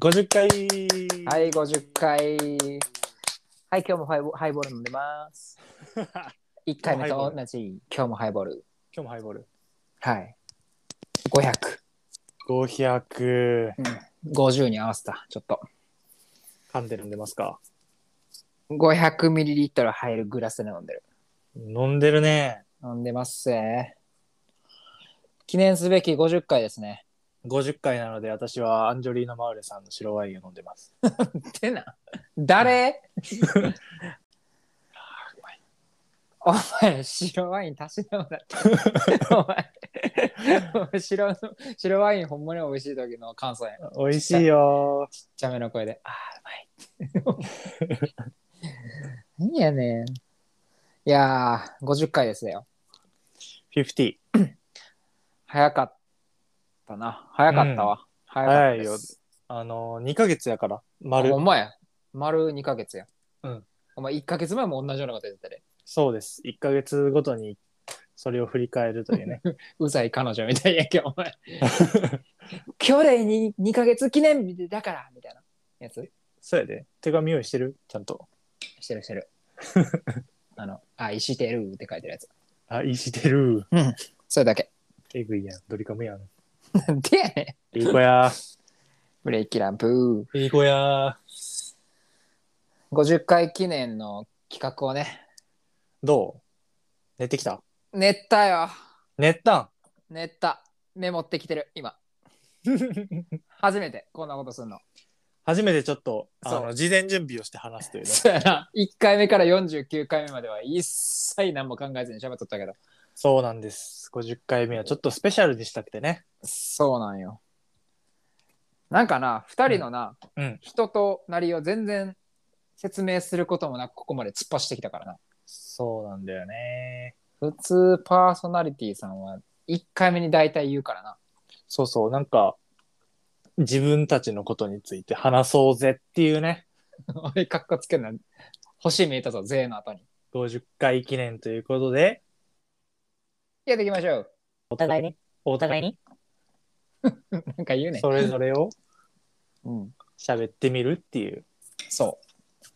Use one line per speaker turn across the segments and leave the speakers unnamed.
50回
はい、50回。はい、今日もハイボハイボール飲んでます。
今
1回目と同じ、今日もハイボール。
日もハイボール
はい。500。
500
50に合わせた、ちょっと。
噛んで飲んでますか
500ミリリットル入るグラスで飲んでる。
飲んでるね
飲んでますぜ記念すべき50回ですね。
50回なので私はアンジョリーナ・マウレさんの白ワインを飲んでます
てな。 誰お前、白ワインたしなむだ って。お前、お前白の白ワインほんまに美味しい時の感想やん。
美味しいよ
ちゃめの声で、あー、うまい。 何やねん。いやー、50回ですよ。
50
早かったな。早かったわ。早かったです。
あの2ヶ月やから
あ
丸
ほんまや。丸2ヶ月や。
うん。
お前、1ヶ月前も同じようなこと言ってたで。
そうです1ヶ月ごとにそれを振り返るという ね
うざい彼女みたいやけど、お前。去年に2ヶ月記念日だから、みたいなやつ。
そうやで手紙用意してるちゃんと
してるしてる。あの、愛してるって書いてるやつ。
あいいしてる
それだけ。
えぐいやんドリカムやん
なんでやねん。
いい子や
ブレーキランプー。
いい子や
50回記念の企画をね
どう寝てきた
練ったよ
寝たん
練ったメモってきてる今初めてこんなことすんの
初めてちょっとあ
そ
の事前準備をして話すというね
そうやな1回目から49回目までは一切何も考えずに喋っとったけど
そうなんです50回目はちょっとスペシャルにしたくてね
そうなんよなんかな2人のな、
うんうん
人となりを全然説明することもなくここまで突っ走ってきたからな
そうなんだよね
普通パーソナリティさんは1回目に大体言うからな
そうそうなんか自分たちのことについて話そうぜっていうね
おい、かっこつけんな。星見えたぞ、税の後に。
50回記念ということで
やっていきましょう。
お
互いに
お互い
になんか言うね。
それぞれを
うん、
喋ってみるっていう
そう。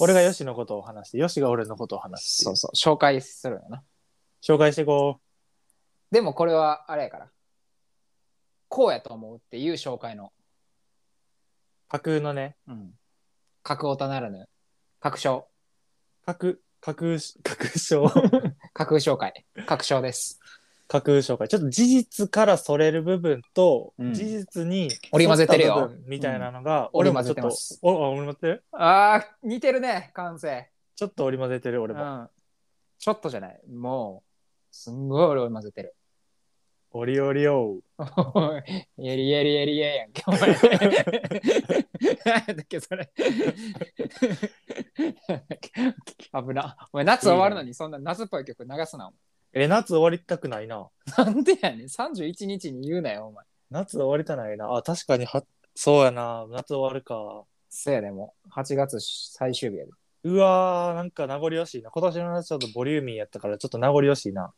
俺がヨシのことを話してヨシが俺のことを話すってい
そ
う
うそう、紹介するよな。
紹介していこ
でもこれは、あれやから。こうやと思うっていう紹介の。
う架空のね
うん。格オタならぬ。確証。
架空架空し架空証
架空紹介。確証です。
架空紹介ちょっと事実からそれる部分と、
うん
事実に
織り交ぜてるよ
沿った部分みたいなのが、俺
織り
も
交
ちょって
ぜ
と
ます
おあ織り交ぜてる
ああ、似てるね、感性。
ちょっと織り交ぜてる
う
俺も、
ん。ちょっとじゃない。もう、すんごい俺を混ぜてる。
織り織りよ
おいやりやりやりややんけ、お前。なんだっけ、それ。なんだっけ危な。お前、夏終わるのに、そんな夏っぽい曲流すな。お
え夏終わりたくないな
前なんでやねん。31日に言うなよ、お前。
夏終わりたないなあ確かにはそうやな夏終わるか
せやでもう、8月最終日やで。
うわーなんか名残惜しいな今年の夏ちょっとボリューミーやったからちょっと名残惜しいな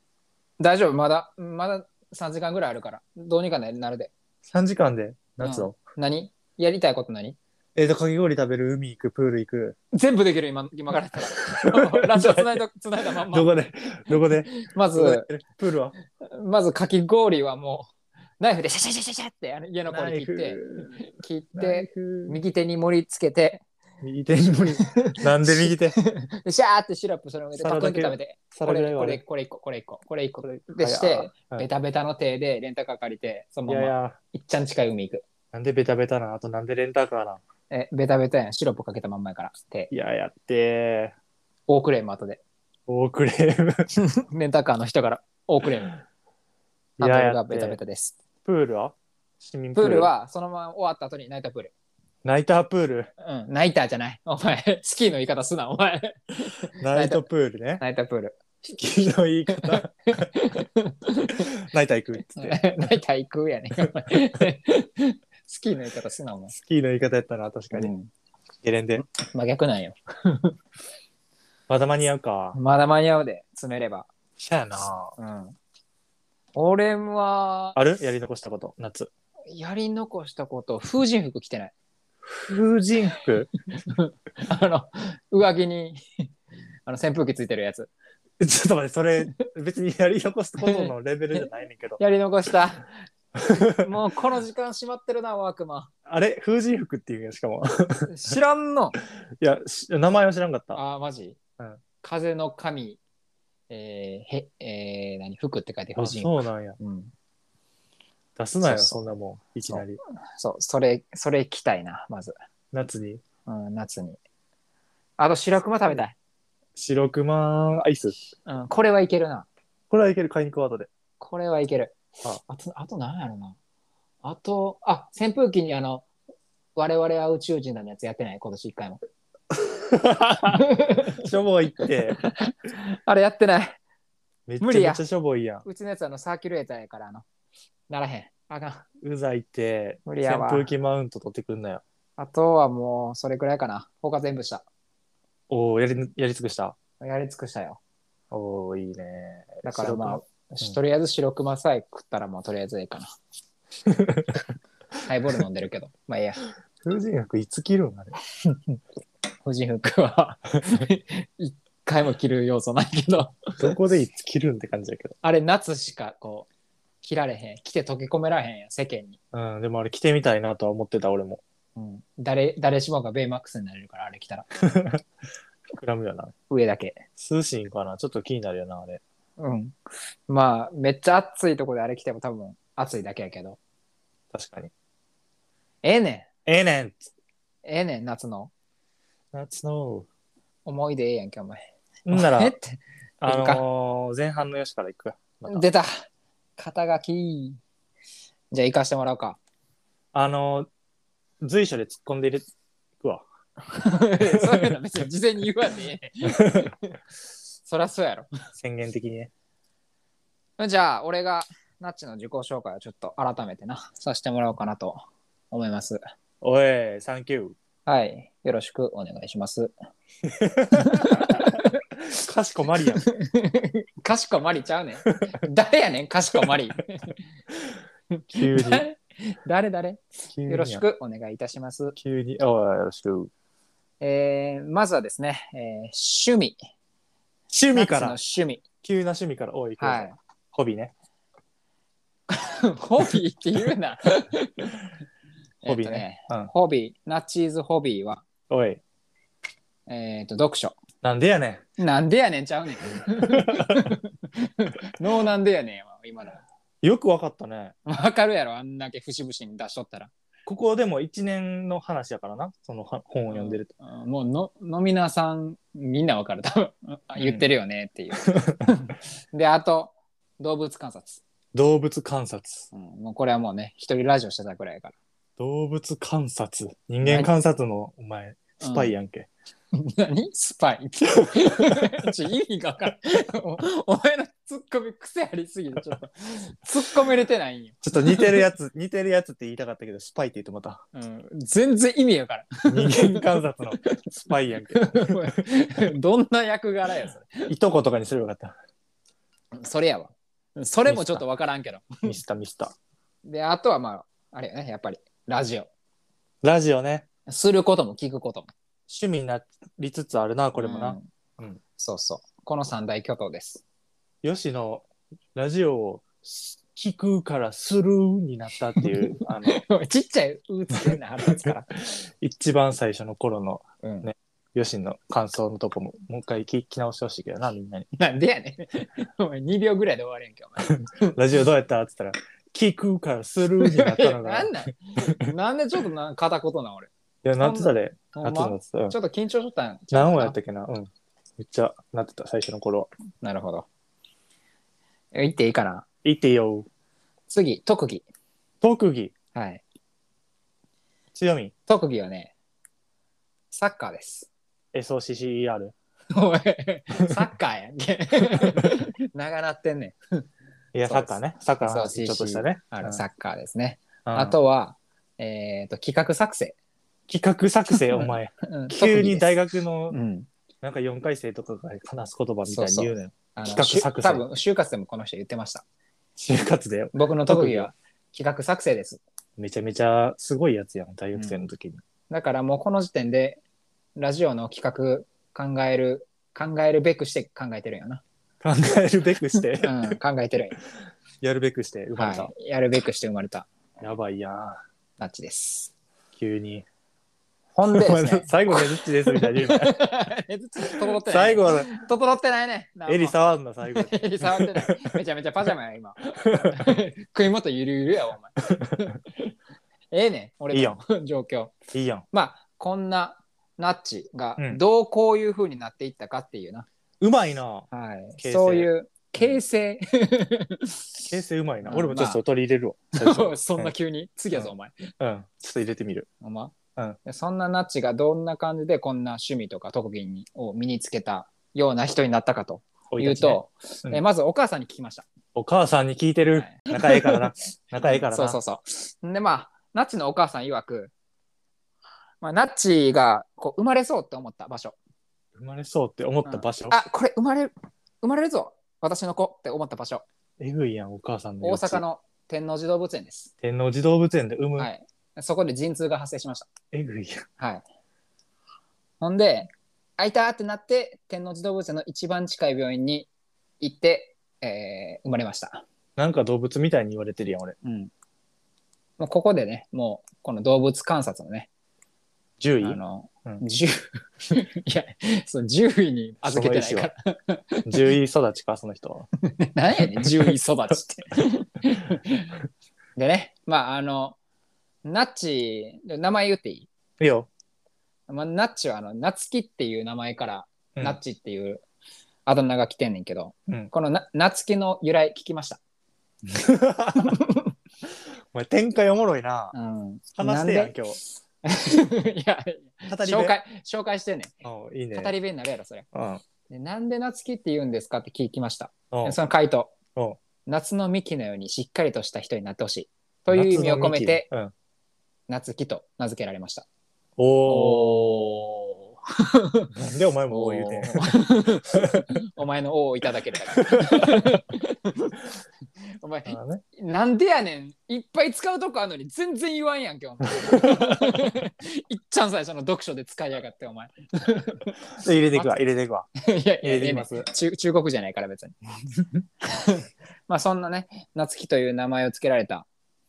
大丈夫、まだ、まだ3時間ぐらいあるから。どうにかななるで。
3時間で夏を、
何やりたいこと何
えっ、とかき氷食べる海行くプール行く
全部できる、今、今からやった ら。ラジオつないだ、つないだまん
ど
ま。
こでど こで
ま
どこで
ず、
プールは
まずかき氷はもうナイフでシャシャシャシャシャってあの家の子
ナ
に
イ
切っ
フ
て切っ
ナイ
て
フ
右手に盛り付けて
右手に盛 りなんで右手
でシャーってシロップそれを上げて
サラ
パ
ダ
クンって食べて
サ
こ
ラダ
れ
が
これ
俺
これ一個これ一個これ一個
こ
でして、
はい
ベタベタの手でレンタカー借りてそ
い
のま
やい
ま
や
いっちゃん近い海行く
なんでベタベタなあとなんでレンタカーな
えベタベタやんシロップかけたまんまやから手
いややって
大クレーム後で
大クレー ム
レンタカーの人から大クレームあ
い
と
やや
が
って
ベタベタです
プールは市民
プールはそのまま終わった後にナイタープール
ナイタープール
うんナイターじゃないお前スキーの言い方すなお前
ナイトプールね
ナイタープール
引きの言い 方ナイター行くっつって
大体行くやねん。お前スキーの言い方すな、お前。
スキーの言い方やったな確かに、
うん
ゲレンデ
真逆なんよ。
まだ間に合うか。
まだ間に合うで、詰めれば。
そやな。
うん。俺は、
あるやり残したこと、夏。
やり残したこと、風神服着てない。
風神服
あの、上着に、あの、扇風機ついてるやつ。
ちょっと待って、それ、別にやり残したことのレベルじゃないねんけど。
やり残した。 もうこの時間閉まってるな、ワークマ
あれ風神服っていうやんしかも。
ン。知らんの
いや、し名前は知らんかった。
あー、マジ、
うん
風の神、えー、へ、えー、何、服って書いて、
あ
婦人。
そうなんや。
うん。
出すなよ、
そ
そ
うそう
んなもん。いきなり。
そう、それ、それ着たいな、まず。
夏に。
うん、夏に。あと、白熊食べたい。
白熊アイス。
うん、これはいけるな。
これはいける、買いに行く 後で。
これはいける。
あ
あと、あと何やろな。あと、あ、扇風機にあの、我々は宇宙人だのやつやってない今年一回も。
しょぼいって。
あれやってない。
めっちゃ
無
め
理や
っちゃしょぼいやん。
うちのやつあのサーキュレーターやから、あの、ならへん。あかん。
うざいって、
無理やわ
扇風機マウント取ってくんなよ。
あとはもう、それくらいかな。他全部した。
おお、やり、やり尽くした。
やり尽くしたよ。
おお、いいね。
だからまあ、
熊うん
とりあえず白熊さえ食ったらもうとりあえずいいかな。ハイボール飲んでるけど。 まあいいや。
風神服いつ着るんあれ。
婦人服は 一回も着る要素ないけど。
どこでいつ着るんって感じだけど。
あれ夏しかこう、着られへん。着て溶け込められへんやん、世間に。
うん、でもあれ着てみたいなとは思ってた俺も。
うん、誰、誰しもがベイマックスになれるから、あれ着たら。
膨らむよな。
上だけ。
涼しいんかなちょっと気になるよな、あれ。
うん。まあ、めっちゃ暑いとこであれ着ても多分暑いだけやけど。
確かに。
ええねん。
ええねん
ええねん、夏の。
夏の。
思い出ええやんけ、お前。
んな
え
ら
っ、て。
あ
行くか
のー、前半のよしから行くか。また
出た。肩書き。じゃあ行かしてもらおうか。
あのー、随所で突っ込んでいくわ。
そういうの別に事前に言わねえ。 そりゃそうやろ。
宣言的にね。
じゃあ、俺が、ナッチの自己紹介をちょっと改めてな、させてもらおうかなと思います。
おい、サンキュ
はい。よろしくお願いします。
ー。かしこまりやん。
かしこまりちゃうねん。 誰やねん、かしこまり。
急に。
誰誰
急に
よろし。くお願いいたします。
急に。おい、よろしく。
えー、まずはですね、えー趣味。
趣味か
ナ
ら
ッ。チの趣味。
急な趣味から。おい、行くよ
はい。
ホビーね。
ホビーって言うな。
ホビー
えっと
ね。うん。
ホビー、ナッチーズホビーは、
おい、
えっ、と、読書。
なんでやねん。
なんでやねんちゃうねん。 ノーなんでやねんわ、今の。
よくわかったね。
わかるやろ、あんだけ節々に出しとったら。
ここでも1年の話やからな。そのは本を読んでると。
うんもうの、飲みなさん、みんなわかる、多分。あ言ってるよねっていう。 で、あと、動物観察、
動物観察。
うん。もうこれはもうね、一人ラジオしてたくらいやから。
動物観察。人間観察の、お前、スパイやんけ。
何スパイ ちょ意味が分からんお。お前のツッコミ癖ありすぎて、ちょっとツッコミ入れてないんよ。
ちょっと似てるやつ、 似てるやつって言いたかったけど、スパイって言ってまた。
うん、全然意味やから。
人間観察のスパイやんけ。
どんな役柄やそれ。
いとことかにすればよかっ
それやわ。それもちょっと分からんけど。
た。ミスタミスタ。
で、あとはまあ、あれやね、やっぱりラジオ。
ラジオね。
することも聞くことも。
趣味になりつつあるな、こ
こ
れもな。。うん
そうそう。この三大巨頭です。
吉野ラジオを聞くからするになったっていうあの
ちっちゃい、うつけんな、あるから。
一番最初の頃の
うん
ね吉野の感想のとこももう一回聞き直してほしいけどなみんなに
なんでやねん。 お前2秒ぐらいで終われんけ、お前。
「ラジオどうやった?」っつったら「聞くからする」に なったのが
なん
い
なん なんでちょっとな片言な ん俺。
やなってたでな
ほ
っ
ん
てた
ま
なってた、うん
ちょっと緊張しとったんちゃうかな
何話やったっけなうんめっちゃなってた最初の頃
なるほど。え言っていいかな
「いってよ
次、特技。
特技
はい。
強み
特技はね、サッカーです。
SOCCER
おい、サッカーやんけ。 長なってんねん。
いや
そう
サッカー
です
ねサッカーの
そう
話ちょっとしたね
あ
う
の
ん
サッカーですね。
うん
あとは、えっ、と、企画作成。
企画作成お前
うん
急に大
学。
学の
うん。
なんか4回生とかが話す言葉みたいに言うのよ。
あの
企画
しゅ
作成
多分就活でもこの人言ってました
就活で
僕の特技は企画作成です
めちゃめちゃすごいやつやん、大学生の時に。
だからもうこの時点でラジオの企画考える考えるべくして考えてるん やな、
考えるべく して、
うん、考えてるんや、
やるべくして生まれた。
はい、やるべくして生まれた
やばいやん、
ナッ チです
急に。
ほんで ですね
最後ねずっちですみたいに言 うな
えずっと整ってな
最
い
後、
整ってないねなんも
襟触んな、最後。
えり触ってない。 めちゃめちゃパジャマや、今。食い元ゆるゆるやわ、お 前。ええねん、俺の
いいや
状況。
いいやん。
まあ、こんなナッチが
うん
どうこういう風になっていったかっていうな。
うまいな。
はい。
形成
そういう形成。
形成うまいな。
うん
俺もちょっと取り入れるわ。
そんな急に。次やぞ、お前。
うん。ちょっと入れてみる。
ほんま
うん
そんなナッチがどんな感じでこんな趣味とか特技にを身につけたような人になったかと
生い
いう
立ちね
と、
うん
えまずお母さんに聞きました。
お母さんに聞いてる
はい。
仲いい からな。仲いいからな。
そうそうそう。でまあナッチのお母さん曰く、まあ、ナッチがこう生まれそうって思った場所。
生まれそうって思った場所。
あこれ生まれ生まれるぞ私の子って思った場所。
えぐいやん、お母さんの
大
様子。
阪の天王寺動物園です。
天王寺動物園で産む。
はい。そこで陣痛が発生しました。
えぐいやん。
はい。ほんで、開いたってなって、天王寺動物園の一番近い病院に行って、えー生まれました。
なんか動物みたいに言われてるやん、俺。
うん。もうここでね、もうこの動物観察のね、
獣
あ
医
の、
うん
10 いや、その10位に預けてないから。
獣医育ちか、その人 は。
何やねん、10位育ちって。でね、まあ、あの、ナッチ、名前言っていい、
いいよ。
まあ、ナッチは、あの、ナツキっていう名前から、
うん
ナッチっていうあだ名が来てんねんけど、
うん
このなナツキの由来聞きました。
お前、展開おもろいな。
うん、
話してやん、今日。
なんで いや、
語り部
紹。介、紹介してんね
うんいいね
ん。語。り部になるやろ、それ。
うん。
でなんでナツキって言うんですかって聞きました。
うん
その回答
うん。
夏の幹のようにしっかりとした人になってほしい。という意味を込めて、。
夏の幹うん
夏木と名付けられました。
お
おお。
ー。なんでお前もおー言うてん。
お前の王をいただける から。お前、
あのね
なんでやねん。いっぱい使うとこあるのに全然言わんやん、今日。 いっちゃん最初の読書で使いやがって、お前。
入れていくわ、入れていくわ。
いやい
入
や
れ
い
て
や
いきます。
中中国じゃないから別に。 まあそんなね、夏木という名前を付けられた、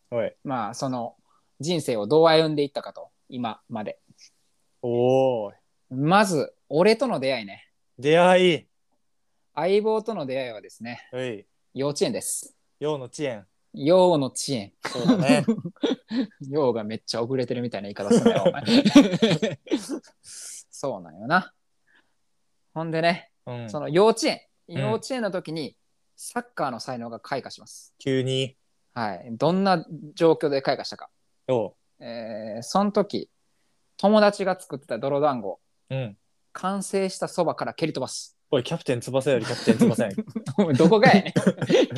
はい
まあその人生をどう歩んでいったかと、今まで。
おー。
まず、俺との出会いね。
出会い。
相棒との出会いはですね、
はい。
幼稚園です。
陽の遅延。
幼の遅園。
そうだ ね。
幼がめっちゃ遅れてるみたいな言い方するな よ、お前。そうなんよな。ほんでね、
うん。
その幼稚園、
ん
幼稚園の時に、サッカーの才能が開花します。
急に。
はい、どんな状況で開花したか、
おう。
えーその時友達が作ってた泥団子
うん。
完成したそばから蹴り飛ばす
おい、キャプテン翼よりキャプテン翼 やん。
どこがや ねんキ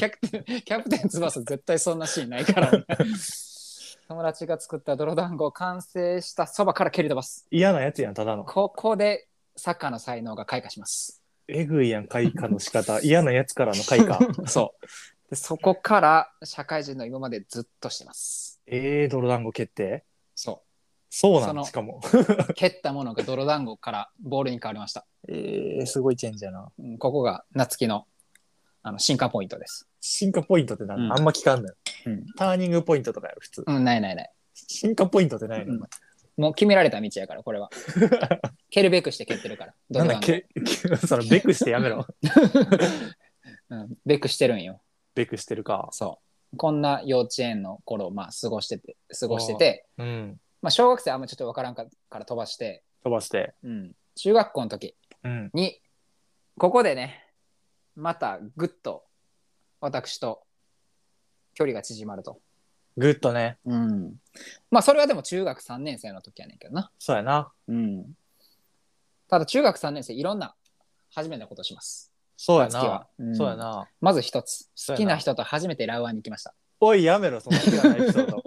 ャプテンキャプテン翼絶対そんなシーンないから 友達が作った泥団子完成したそばから蹴り飛ばす
嫌なやつやん、ただの。
ここでサッカーの才能が開花し ます
えぐいやん、開花の仕 方。嫌なやつからの開 花。
そうでそこから社会人の今までずっとしてます
えー、泥団子決定
そ
そうな
そ
ん
の
しかも。
う蹴ったものが泥団子からボールに変わりました
えー、すごいチェンジやな。
うんここが夏希のあの進化ポイントです。
進化ポイントってなん
うん
あんま聞かんのよ。
うん
ターニングポイントとかやろ、普通。
うん、ないないない。
進化ポイントってないの、
うんもう決められた道やか ら、これは。蹴るべくして蹴ってるから。
なんだっけ その、ベクしてやめろ。
どの番組うん、べくしてるんよ。
ベクしてるか。
そう。こんな幼稚園の頃、まあ、過ごしてて、過ごしてて、
うん。
まあ、小学生あんまちょっとわからんかから飛ばして、
飛ばして。
うん、中学校の時
うん。
に、ここでね、またぐっと、私と距離が縮まると。
グッとね。
うん。まあ、それはでも中学3年生の時やねんけどな。
そうやな。
うん、ただ中学3年生いろんな初めてのことをします。
そうや
夏希は
な。そうや。
ん
な。
まず一つ
そう
好
やな
きな人と初めてラウアンに行きました。
おい、やめろ、その好きなエピソード。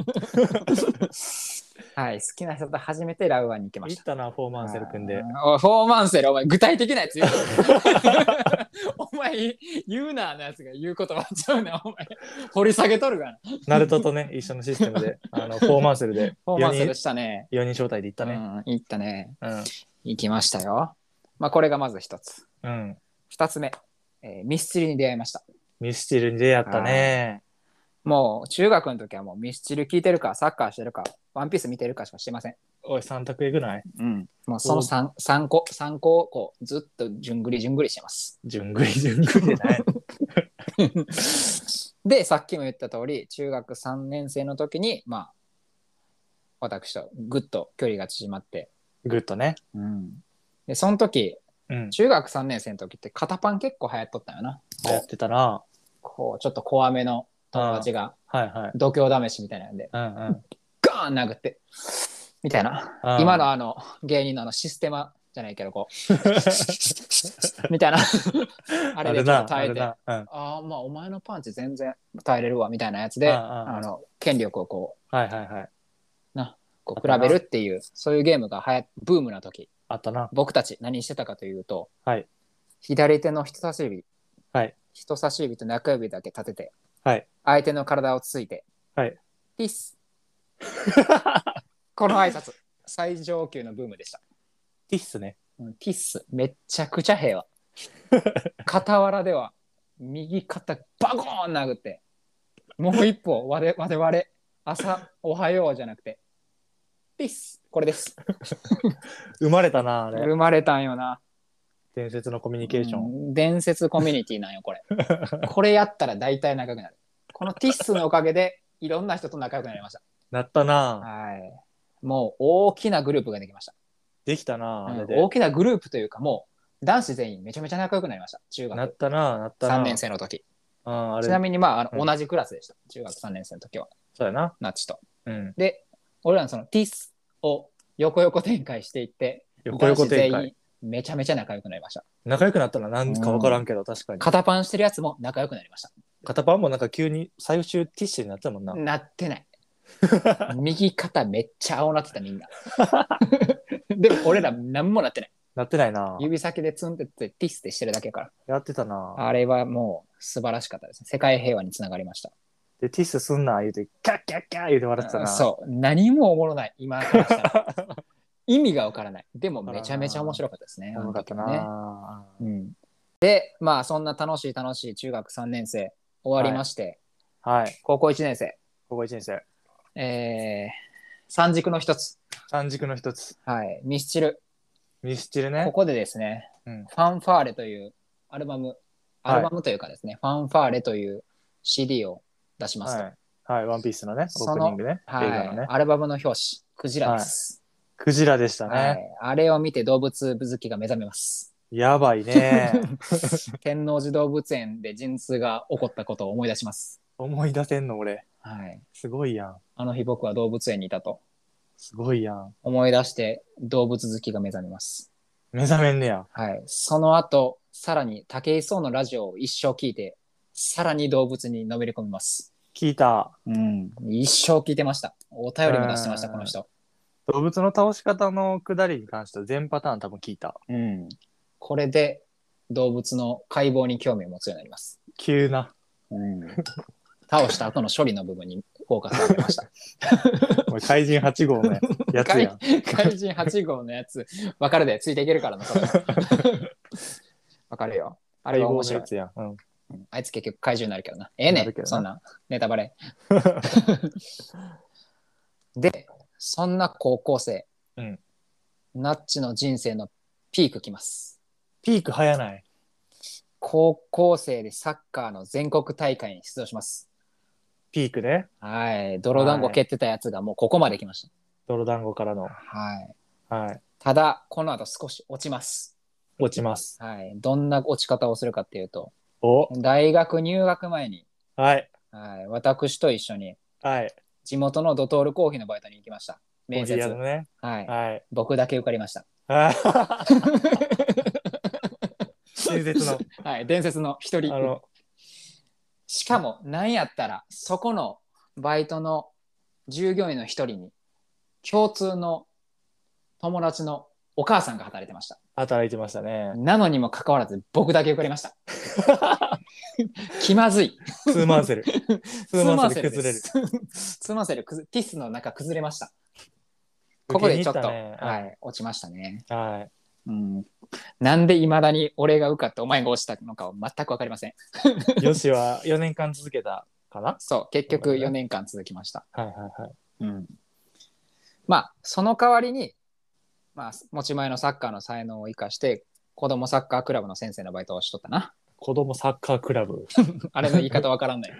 はい、好きな人と初めてラウアンに行きま し
行
た
っ。たな、フォーマンセル君で。
あー。おいフォーマンセル、お前、具体的なやつ言うな お前、言うなのやつが言うことはちゃうな、お前。掘り下げとるがな。
ナルトとね、一緒のシステム で、あの、フォーマンセルで、
フォーマンセ
4
ル
人、
したね。
4人招待で行ったね。
うん、行ったね。
うん。
行きましたよ。まあ、これがまず一つ。
うん。
二つ目、えーミスチルに出会いました。
ミスチルに出会ったね。
もう、中学の時はもうミスチル聞いてるか、サッカーしてるか、ワンピース見てるかしかしてません。
おい、3択えぐない
うん。もう、その三三個、三個をこう、ずっとじゅんぐりじゅんぐりしてます。
じゅんぐりじゅんぐりでない。
でさっきも言った通り中学3年生の時にまあ私とぐっと距離が縮まって、
グッとね。
でその時
うん。
中学3年生の時って肩パン結構流行っとったよな
やってたな。
こうちょっと怖めの友達が
はいはい。
度胸試しみたいなんで
うんうん。
ガーン殴ってみたいな
あー
今のあの芸人のあのシステマじゃないけどこう みた いなあれでちょっと耐えてあ
あれなうん。
あーまあお前のパンチ全然耐えれるわみたいなやつで
あーあー
あの権力をこう
はいはいはい。
こう比べるっていうそういうゲームがはやブームな時
あったな。
僕たち何してたかというと、
はい
左手の人差し指、
はい
人差し指と中指だけ立てて、
はい
相手の体をつついて、
はい
ピー スこの挨拶最上級のブームでした
ティッスね。
うんピースめっちゃくち ゃ平和傍らでは右肩バコーン殴ってもう一歩我々我々朝おはようじゃなくてピースこれです
生まれたな、あれ。
生まれたんよな
伝説のコミュニケーション。
うん伝説コミュニティなんよこれこれやったら大体仲良くなるこのティッスのおかげでいろんな人と仲良くなりました
なったな。
はいもう大きなグループができました、
できたな、あれ
うん
で。
大きなグループというかもう男子全員めちゃめちゃ仲良くなりました中
な
学
ったな、なったな。
3年生の時
うん、あれ。
ち
そ
なみにまああの、
うん
同じクラスでした中学3年生の時は
うやな。
ナッチと
うん。
で俺らのそのティスを横横展開していって
横横展開。
男子全員めちゃめちゃ仲良くなりました
仲良くなったらなんかわからんけど、確かに。
肩パンしてるやつも仲良くなりました
片パンもなんか急に最終ティッシュになってたもんな。
なっ てない右肩めっちゃ青なってたみんな でも俺ら何もなってない
なってないな。
指先でツンってってティスってしてるだけやから
やってたな。
あれはもう素晴らしかったですね世界平和につながりました
で、ティッシュすんな、言うて、キャッキャッキャー言うて笑ってたな。
そう何もおもろない今からしたら意味がわからないでもめちゃめちゃ面白かったですね
おもろかったな。
あの時はねうん、でまあそんな楽しい楽しい中学3年生終わりまして、
はい。
高校1年生、
ここ1年生。
えー、三軸の一つ、
三軸の一つ。
はい、ミスチル
ミスチル
こ
ね。
こでですね、
うん
ファンファーレというアルバムアルバムというかですね、ファンファーレという CD を出しますと、
はい。はい、ワンピースのね、オ
そ
ープ
の
ニングね。
はい
映画のね。
アルバムの表紙クジラです、
クジラでした
はい
ね。
あれを見て動物好きが目覚めます
やばいね。
天王寺動物園で陣痛が起こったことを思い出します。
思い出せんの、俺。
はい。
すごいやん。
あの日僕は動物園にいたと
すごいやん。
思い出して動物好きが目覚めます。
目覚めんねや。
はい。その後、さらに武井壮のラジオを一生聞いて、さらに動物にのめり込みます。
聞いた。
うん。一生聞いてました。お便りも出してました、
うん
この人。
動物の倒し方の下りに関しては全パターン多分聞いた。
うん。これで動物の解剖に興味を持つようになります。
急な。
うん。倒した後の処理の部分にフォーカスを当てました。
おい 怪人8号のやつや ん。
怪人8号のやつ、わかるで、ついていけるからな、それ わかるよ。あれ
怪
は
号
面
の
白い
や。つやん。うん。
うんあいつ結局怪獣になるけどな。ええね
なるけど
ん、
な
そんな。ネタ バレ。で、そんな高校生、
うん
ナッチの人生のピークきます。
ピーク早ない。
高校生でサッカーの全国大会に出場します。
ピークね。
はい。泥団子蹴ってたやつがもうここまで来まし
泥団子からの
た。。はい。
はい。
ただ、この後少し落ちます。
落ちます。
はい、どんな落ち方をするかっていうと
お
大学入学前に、
はい。
はい、私と一緒に
はい。
地元のドトールコーヒーのバイトに行きました面接
コーヒー屋のね。
は い、
はい。
僕だけ受かりました、
あ伝説の。
はい、伝説の一
あ
人
の、
しかもなんやったらそこのバイトの従業員の一人に共通の友達のお母さんが働いてました。
働いてましたね。
なのにもかかわらず僕だけ受かり ました。気まずい。
ツーマンセ ル。ツーマンセル崩れる。
ツーマンセル です。ツーマンセル崩れ、ティスの中崩れました。ここでちょっと、
受けに行った
は
ね
い、落ちましたね。
はい。
うん。なんで未だに俺が受かってお前が落ちたのかは全くわかりません。
よしは4年間続けたかな
そう、結
そ
局
うだね
4年間続きました。
はいはいはい。
うん。まあ、その代わりに、まあ、持ち前のサッカーの才能を生かして、子供サッカークラブの先生のバイトをしとったな。
子供サッカークラブ。
あれの言い方わから んない。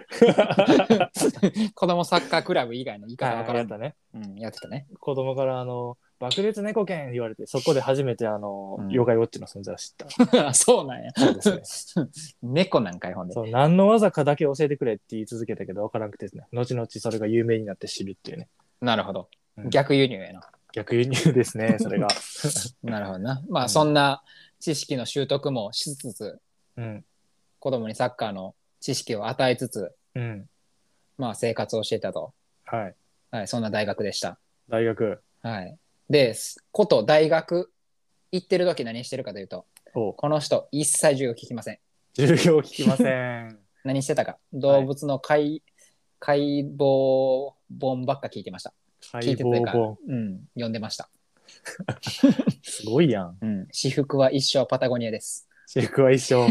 子供サッカークラブ以外の言い方わか
はい、や
ら
っ
んない。
たね。
うん、やってたね。
子供からあの、爆裂猫犬言われて、そこで初めてあの、
うん
妖怪ウォッチの存在を知った。
そうなん や。
そうですね。
猫なんかいほんで。
そう何の技かだけ教えてくれって言い続けたけど分からなくてですね後々それが有名になって知るっていうね
なるほど
う。ん
逆輸入やな。
逆輸入です ねそれが、
なるほどな。ま
う
あ、
ん
そんな知識の習得もしつつ、
うん
子供にサッカーの知識を与えつつ、
うん、
まあ、生活をしていたと。
はい
はい、そんな大学でした。
大学
はい。で、すこと大学行ってる時何してるかというと、
を
この人一切授業聞きません。
授業聞きません
何してたか。動物の解、解剖本ばっか聞いてました。聞
解
いてたという
剖
か
本
うん、読んでました。
すごいやん
うん、私服は一生パタゴニアです。
私服は一 緒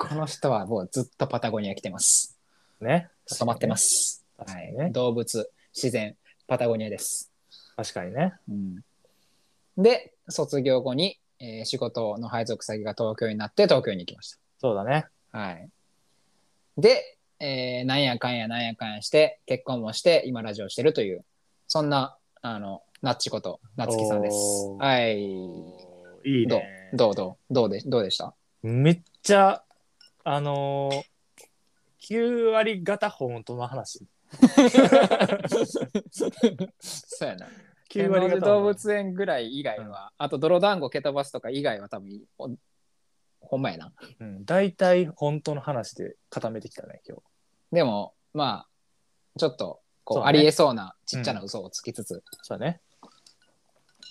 この人はもうずっとパタゴニア来てます。
ね
染まってます。
確
は
か
い
にね、
動物、自然、パタゴニアです。
確かにね
で、卒業後に、えー仕事の配属先が東京になって東京に行きまし
そうだね
た。はい。で、えーなんやかんやなんやかんやして、結婚もして、今ラジオしてるという、そんな、あの、なっちこと、なつきさんです。
おー
はい。
いい
ど
ね
うどうどうどうでどうでした
めっちゃあのー9割方本当の話
そうやな。
9割
天
方
王寺動物園ぐらい以外は、あと泥団子蹴飛ばすとか以外は多分ほんほんまやな
うん、大体本当の話で固めてきたね今日
でもまあちょっとこう
そうね
ありえそうなちっちゃな嘘をつきつつ、
そうだね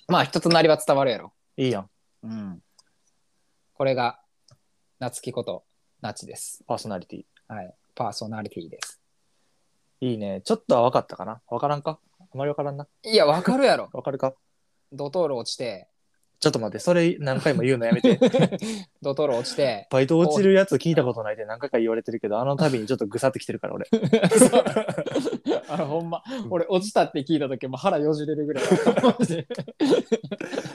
まあ人となりは伝わるやろ、
いいやん
うん、これが夏希ことなちです
パーソナリティ
はいパーソナリティです
いいね。ちょっとは分かったかな分からんかあまり分からんな。
いやわかるや ろ
分かるか
ドトール落ち て
ちょっと待って、それ何回も言うのやめ て。
ドトール落ちて
バイト落ちるやつ聞いたことないって何回か言われてるけど、あの度にちょっとぐさってきてるから、俺。
あのほんま俺落ちたって聞いた時も腹よじれるぐらいマジ で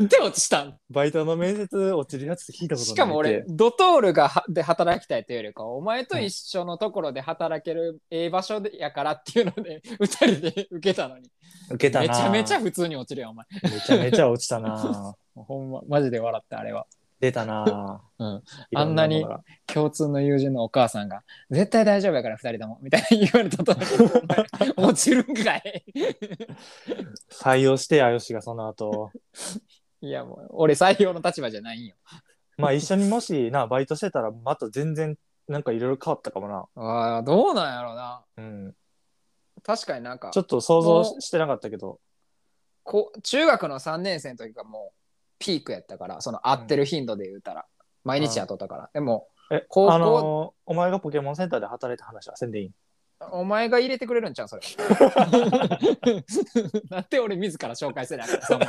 で落ちたん
バイトの面接落ちるやつ聞いたことないって。
しかも俺、ドトールがはで働きたいというよりかはお前と一緒のところで働けるええ場所でやからっていうので 二人で受けたのに
受けたな。
めちゃめちゃ。普通に落ちるよお前
めちゃめちゃ落ちたな。
ほんまマジで笑ったあれは
出たな。
うん
いろものが。
共通の友人のお母さんが「絶対大丈夫やから二人とも」みたいに言われたとお前落ちるんかい
採用してや、よしがその後。
いやもう俺採用の立場じゃないんよ
まあ一緒にもしな、バイトしてたら、また全然なんかいろいろ変わったかもな。
あーどうなんやろうな
うん。
確かになんか
ちょっと想像ししてなかったけど。
こ中学の3年生の時がもうピークやったからその会ってる頻度で言うたら、毎日会っとったから、でも
え、
高校
あのーお前がポケモンセンターで働いた話はせんでいいん
お前が入れてくれるんちゃう それなんで俺自ら紹介せなあかんそんな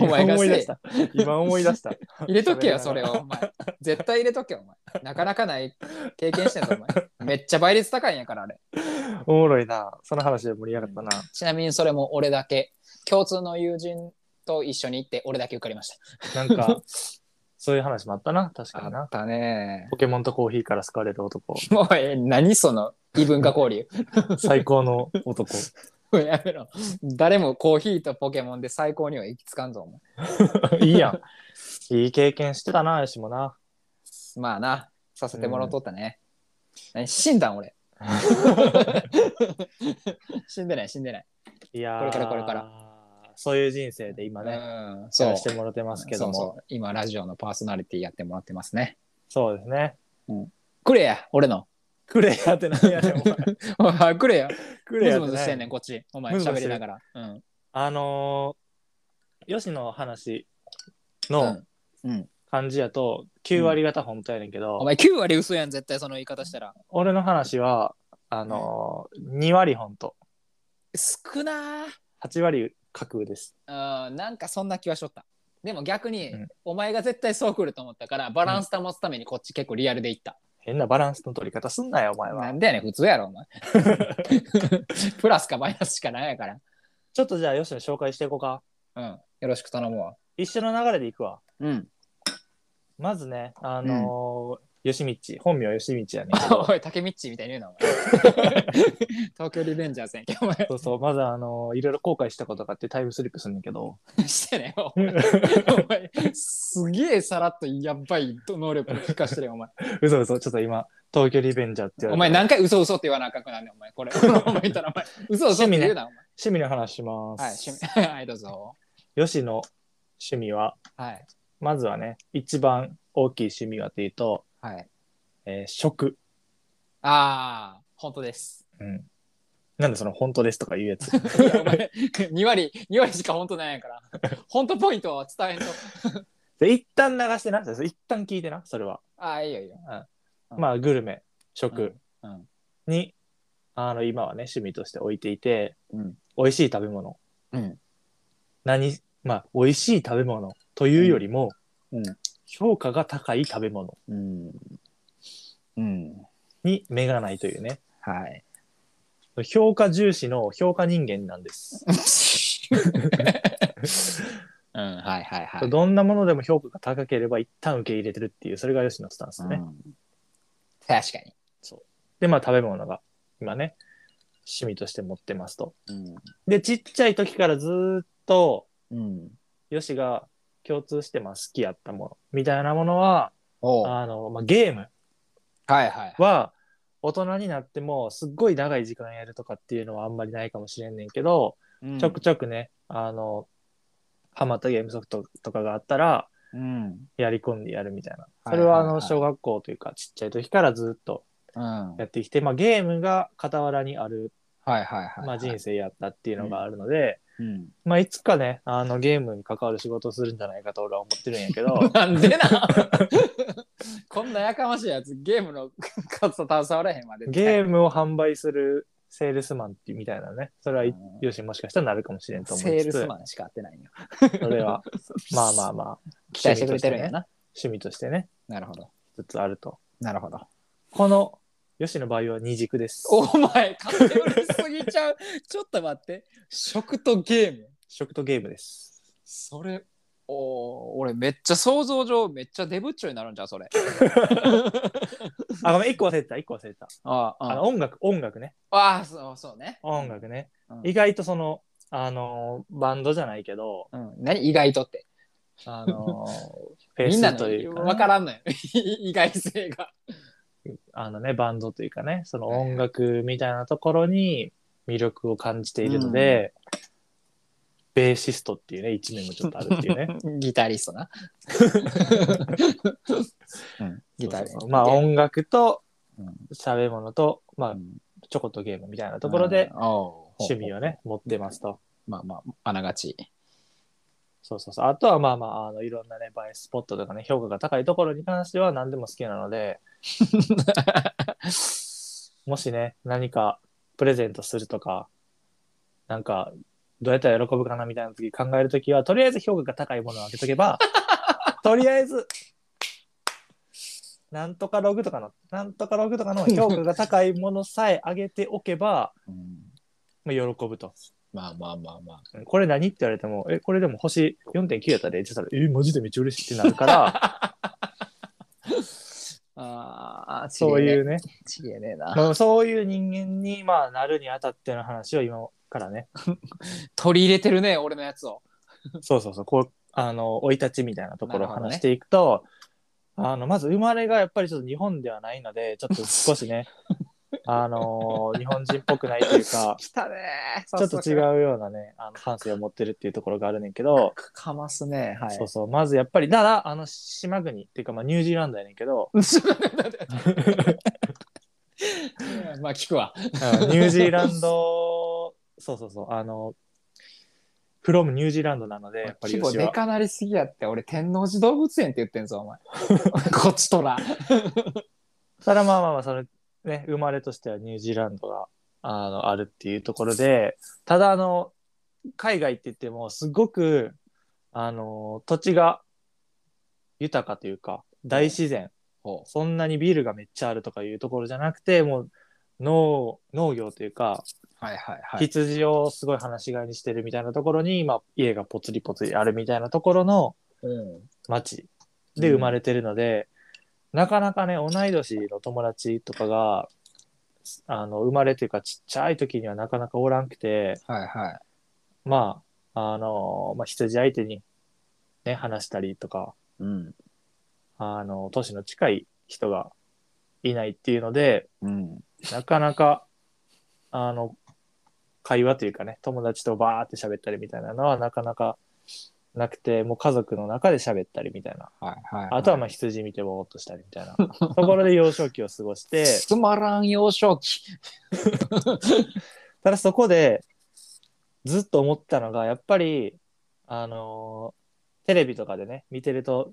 お前
今
が
思
せ
い
い
出 した。今思い出した。
入れとけよそれをお前絶対入れとけよお前なかなかない経験してんぞお前めっちゃ倍率高いんやからあれ
おもろいな。その話で盛り上がったな。
ちなみにそれも俺だけ共通の友人と一緒に行って俺だけ受かりました
なんか、そういう話もあったな。確か
あ
にな
っ。たね
ポケモンとコーヒーから好かれる男。
もうえ何その異文化交流
最高の 男。
もうやめろ。誰もコーヒーとポケモンで最高には行きつかんぞ、お前
いいやん。いい経験してたな、よしもな。
まあな、させてもらっとったね。何死んだん、俺。死んでない、死んでない。
いやー
これからこれから。
そういう人生で今ね、
うん、
や
そ
ら
う。
してもらってますけども。
そ
そう
そう今、ラジオのパーソナリティやってもらってますね。
うですね。
くれや、俺の。
くれやってなんやねん、お 前。
おいくれや。
く
ム
れや
ズ
っ
ム
て
ズ
な
し
ん
て
や
んね
ねん
ん、こっち。お前、
ムズムズ
喋りながら。うん。
あのー、吉の話
う
の
んうん。
感じやと、9割方本当やねんけど、
お前、9割嘘やん、絶対その言い方したら。
俺の話は、あのー、2割本当、
少なー
8割架空です。
うんなんかそんな気はしとった。でも逆に、
うん
お前が絶対そう来ると思ったから、バランス保つためにこっち結構リアルでいった。
変なバランスの取り方すんなよ、お前
な
は。
んだよね、普通やろ、お 前。プラスかマイナスしかないやから。
ちょっとじゃあ、吉野紹介していこうか。
うん。よろしく頼むわ。
一緒の流れでいくわ。
うん。
まずね、あのー、吉道、本名は吉道やねん けど。
おい、竹ミッチみたいに言うな、お前。 東京リベンジャーズやんけ、お前。
そうそう、まずあのーいろいろ後悔したことがあってタイムスリップすんねんけど、
してね、お 前。お前すげえさらっとやばい能力を生かしてるよ、お前。
嘘嘘、ちょっと今、東京リベンジャーって言わ
お
れ
前
て、
何回嘘嘘って言わなあかんくなんねんお前。 これ、このままいたらお前、嘘嘘って言うな、お前。
趣味の話しま
はい、
す。
趣 味はい、どうぞ。
吉野趣味は、
はい。
まずはね、一番大きい趣味はというと、
はい。
えー食。
ああ、本当です。
うん。なんでその本当ですとか言うやつ。
いや、お前、2割、2割しか本当ないんやから。本当ポイントは伝えんと。
で一旦流してな、それ一旦聞いてな、それは。
ああ、いいよいいよ。うん
まあ、グルメ、食
うんうん
に、あの、今はね、趣味として置いていて、
うん。
美味しい食べ物。
うん。
何、まあ、美味しい食べ物というよりも、
うんうん
評価が高い食べ物
うん。うん。
に目がないというね。
はい。
評価重視の評価人間なんです。
うん、はいはいは
どんなものでも評価が高ければ一旦受け入れてるっていう、それが吉野のスタンスね。
うん確かに。
で、まあ食べ物が今ね、趣味として持ってますと。
うん。
で、ちっちゃい時からずーっと、
うん。
ヨシが共通してまあ好きやったもの、みたいなものは、
おう
あの、まあ、ゲーム
はいはい。
は、大人になっても、すっごい長い時間やるとかっていうのはあんまりないかもしれんねんけど、
うん
ちょくちょくね、あの、ハマったゲームソフトとかがあったら、
うん。
やり込んでやるみたいな。
い
それは、あ
はい
の、
はい
小学校というか、ちっちゃい時からずっと
うん。は
やってきて、まあ、ゲームが傍らにある
いはいはい。
まあ、人生やったっていうのがあるので、
うん。
まあ、いつかねあのゲームに関わる仕事をするんじゃないかと俺は思ってるんやけ ど
なんでなこんなやかましいやつゲームの 活動携わらへんまで
ゲ
ー
ームを販売するセールスマンってみたいなねそれはよしもしかしたらなるかもしれんと思
セ
い
ー
つ
ルス
つ
マンしか会ってないんよ
それ はまあまあまあ
期待してくれてるんやな、
趣味としてね
なるほど
一つあると
なるほど
このよしの場合は二軸です
お前勝手売りすぎちゃう ちょっと待って食とゲーム
食とゲームです
それおー俺めっちゃ想像上めっちゃデブっちょになるんじゃんそれ
あごめん一個忘れてた一個忘れてたあ
ああ
の
あ
音楽音楽ね
あそうそうね
音楽ね、
うん
意外とそのあのバンドじゃないけど
うん、何意外とって
あ のフェ
みんな
ス
の
というかね
分からんのよ 意外性が
あのね、バンドというかね、その
はいはい
音楽みたいなところに魅力を感じているので、ベーシストっていうね、一面もちょっとあるっていうね。
ギタリスト な。 うん、ギタリ
そ
ス
うそ
ト。
うまあ
で
音楽と
うん
喋り物と、ま
う
あ
ん
チョコとゲームみたいなところで
うんおう
趣味をね、持ってますと。
まあまあ、あながち。
そうそうそう。あとはまあまあ、あのいろんなね、映えスポットとかね、評価が高いところに関しては何でも好きなので、もしね、何かプレゼントするとか、なんか、どうやったら喜ぶかなみたいな時考えるときは、とりあえず評価が高いものを開けとけば、とりあえず、なんとかログとかの、なんとかログとかの評価が高いものさえ上げておけば、
うん
まあ、喜ぶと。
まあまあまあま
これ何って言われても、え、これでも星4.9やったで、って言ったら、え、マジでめっちゃ嬉しい ってなるから、
あ。ああ、。
そういううね、
ちげえねえな。
まあ、そういう人間に、まあ、なるにあたっての話を今から ね、
取り入れてるね、俺のやつを。
そうそうそう、こう、あの、生い立ちみたいなところを
なるほどね
話していくと、あの、まず生まれがやっぱりちょっと日本ではないので、ちょっと少し ね、あの日本人っぽくないというか、
来たね
ちょっと違
う。
うようなね、あの感性を持ってるっていうところがあるねんけど、
かますね。はい。
そうそう、まずやっぱり、だから、あの、島国っていうか、まあ、ニュージーランドやねんけど、
ちょっと待って待って待って まあ聞くわ。
うんニュージーランド、そうそうそう、あの、フロムニュージーランドなので、やっぱり
規模
吉
で
は。
かなりすぎやって、俺天王寺動物園って言ってんぞ、お前。 こっちとら。
ただまあまあまあ、そのね、生まれとしてはニュージーランドが、あの、あるっていうところで、ただあの、海外って言っても、すごく、あの、土地が豊かというか、大自然、
ほ
そんなにビールがめっちゃあるとかいうところじゃなくて、もう、農農業というか、
うはいはいはい。
羊をすごい放し飼いにしてるみたいなところに、まあ、家がポツリポツリあるみたいなところの
うん、
町で生まれてるので、なかなかね同い年の友達とかがあの生まれというかちっちゃい時にはなかなかおらんくて
はいはい。
まああの、まあ、羊相手にね話したりとか
うん。
あの年の近い人がいないっていうので
うん。
なかなかあの会話というかね友達とバーって喋ったりみたいなのはなかなかなくてもう家族の中で喋ったりみたいな
はいはい、
あとはまあ羊見てぼーっとしたりみたいなところで幼少期を過ごして
つまらん幼少期。
ただそこでずっと思ったのがやっぱりあのーテレビとかでね見てると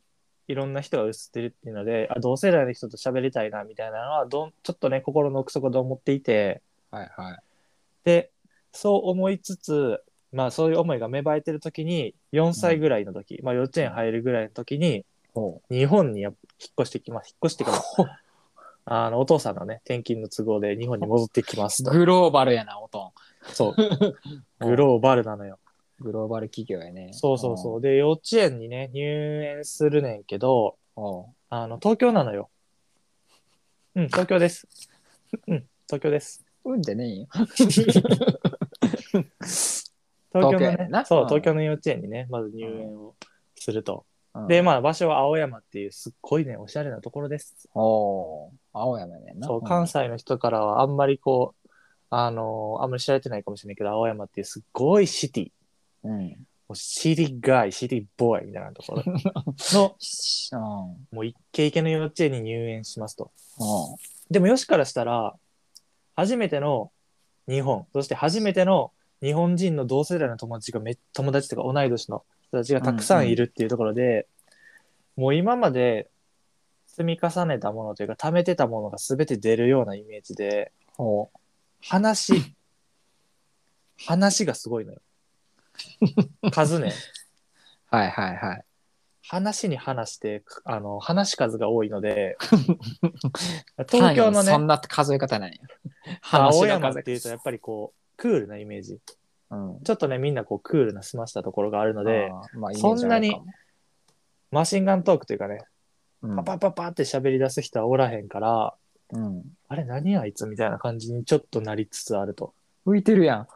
いろんな人が映ってるっていうのであ同世代の人と喋りたいなみたいなのはどんちょっとね心の奥底で思っていて
はいはい。
でそう思いつつまあそういう思いが芽生えてる時に4歳ぐらいの時、まあ幼稚園入るぐらいの時に
ほ
日本にやっ引っ越してきます引っ越してから
う。
あのお父さんのね転勤の都合で日本に戻ってき ますと。
グローバルやな、おと
そう。
ん。
グローバルなのよ。
うんグローバル企業やね。
そうそうそう。で、幼稚園にね、入園するねんけど、
うん。お
あの、東京なのよ。うん、東京です。うん、東京です。
ううんじゃねえよ。
東京の
東京
ね
や、な
そうう、
ん
東京の幼稚園にね、まず入園をすると。
うん
で、まあ、場所は青山っていう、すっごいね、おしゃれなところです。
おう青山やねんな。
そう、
ん
関西の人からはあんまりこう、あのあんまり知られてないかもしれないけど、青山っていうすっごいシティ。
うん。
もうシティガイ、シティボーイみたいなところの、
しうん。
もうイッケイケの幼稚園に入園しますと。
おう
でもよしからしたら、初めての日本、そして初めての日本人の同世代の友達がめ、友達とか同い年の人たちがたくさんいるっていうところで、もう今まで積み重ねたものというか、貯めてたものが全て出るようなイメージで、
おう
話、話がすごいのよ。数ね。
はいはいはい。
話に話して、あの、話し数が多いので、東京の
単位
ね、
そんな数え方なんや。
青
話の
山っ
数え
ていうとやっぱりこう、クールなイメージ。
方。うん。
ちょっとね、みんなこう、クールな済ましたところがあるので、
あー、まあ、
そんなに
イメージあるか
マシンガントークというかね、
も、
パパパパって喋り出す人はおらへんから、
うんうん
あれ何あいつみたいな感じにちょっとなりつつあると。
浮いてるやん。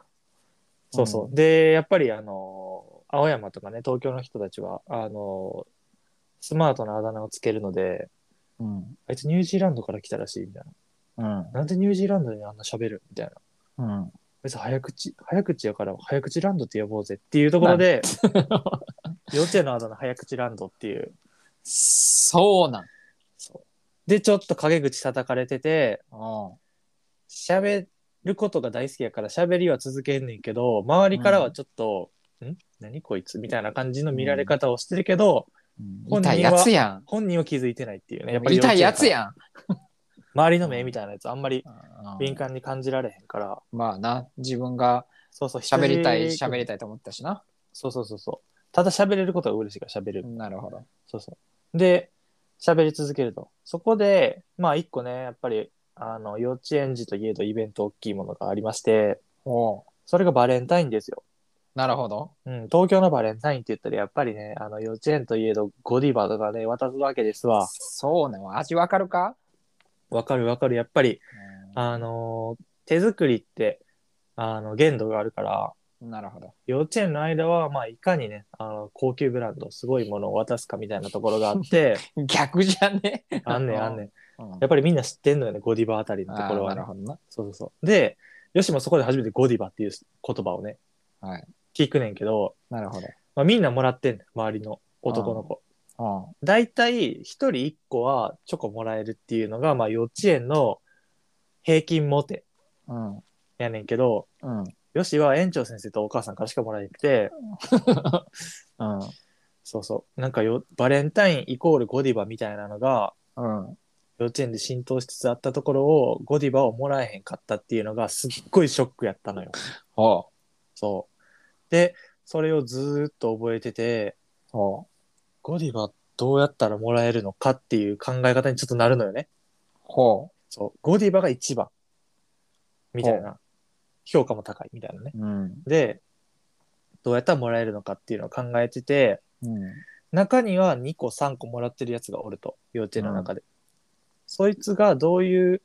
そうそう。で、やっぱりあの、青山とかね、東京の人たちは、あの、スマートなあだ名をつけるので、
うん。
あいつニュージーランドから来たらしいみたいな。
うん。
なんでニュージーランドにあんな喋るみたいな。
うん。
別に早口、早口やから早口ランドって呼ぼうぜっていうところで、 幼稚園のあだ名早口ランドっていう。
そうなん。
そうで、ちょっと陰口叩かれてて、
お
喋ることが大好きやから喋りは続けんねんけど、周りからはちょっと、ん何こいつみたいな感じの見られ方をしてるけど、
うん
本人は
痛いやつやん。
本人は気づいてないっていうね。やっぱり幼稚
痛
園
いやつやん。
周りの目みたいなやつあんまり
うん
敏感に感じられへんから、
まあな、自分が
そうそう、
喋りたい、
羊
喋りたいと思ったしな。
そうそうそうそう。ただ喋れることが嬉しいから喋る。
なるほど。
そうそう。で、喋り続けると。そこで、まあ一個ね、やっぱり、あの、幼稚園児といえどイベント大きいものがありまして、
おう
それがバレンタインですよ。
なるほど。
うん、東京のバレンタインって言ったら、やっぱりね、あの、幼稚園といえどゴディバとかね、渡すわけですわ。
そうね。味わかるか
わかるわかる。やっぱり、あのー手作りって、あの、限度があるから、
うんなるほど。
幼稚園の間は、まあ、いかにね、あの、高級ブランド、すごいものを渡すかみたいなところがあ って、
逆じゃね
あんねん、あんねん。
うん
やっぱりみんな知ってんのよね、ゴディバあたりのと
あ
ころ
ー
はね
なる。ほどな。
そうそうそう。で、よしもそこで初めてゴディバっていう言葉をね、
はい
聞くねんけど、
なるほど。
まあ、みんなもらってんねん、周りの男の子。
うん
だいたい一人一個はチョコもらえるっていうのが、まあ幼稚園の平均モテ
うん。
やねんけど、
うん。 うん。
よしは園長先生とお母さんからしかもらえなくて、そうそう。なんかよ、バレンタインイコールゴディバみたいなのが、
うん。
幼稚園で浸透しつつあったところを、ゴディバをもらえへんかったっていうのが、すっごいショックやったのよ。
ほ
そう。で、それをずーっと覚えてて、
う。ほう。
ゴディバどうやったらもらえるのかっていう考え方にちょっとなるのよね。
ほ
そう。ゴディバが一番。みたいな。評価も高いみたいなね。
う。うん。
で、どうやったらもらえるのかっていうのを考えてて、
うん。
中には2個3個もらってるやつがおると幼稚園の中で、そいつがどういう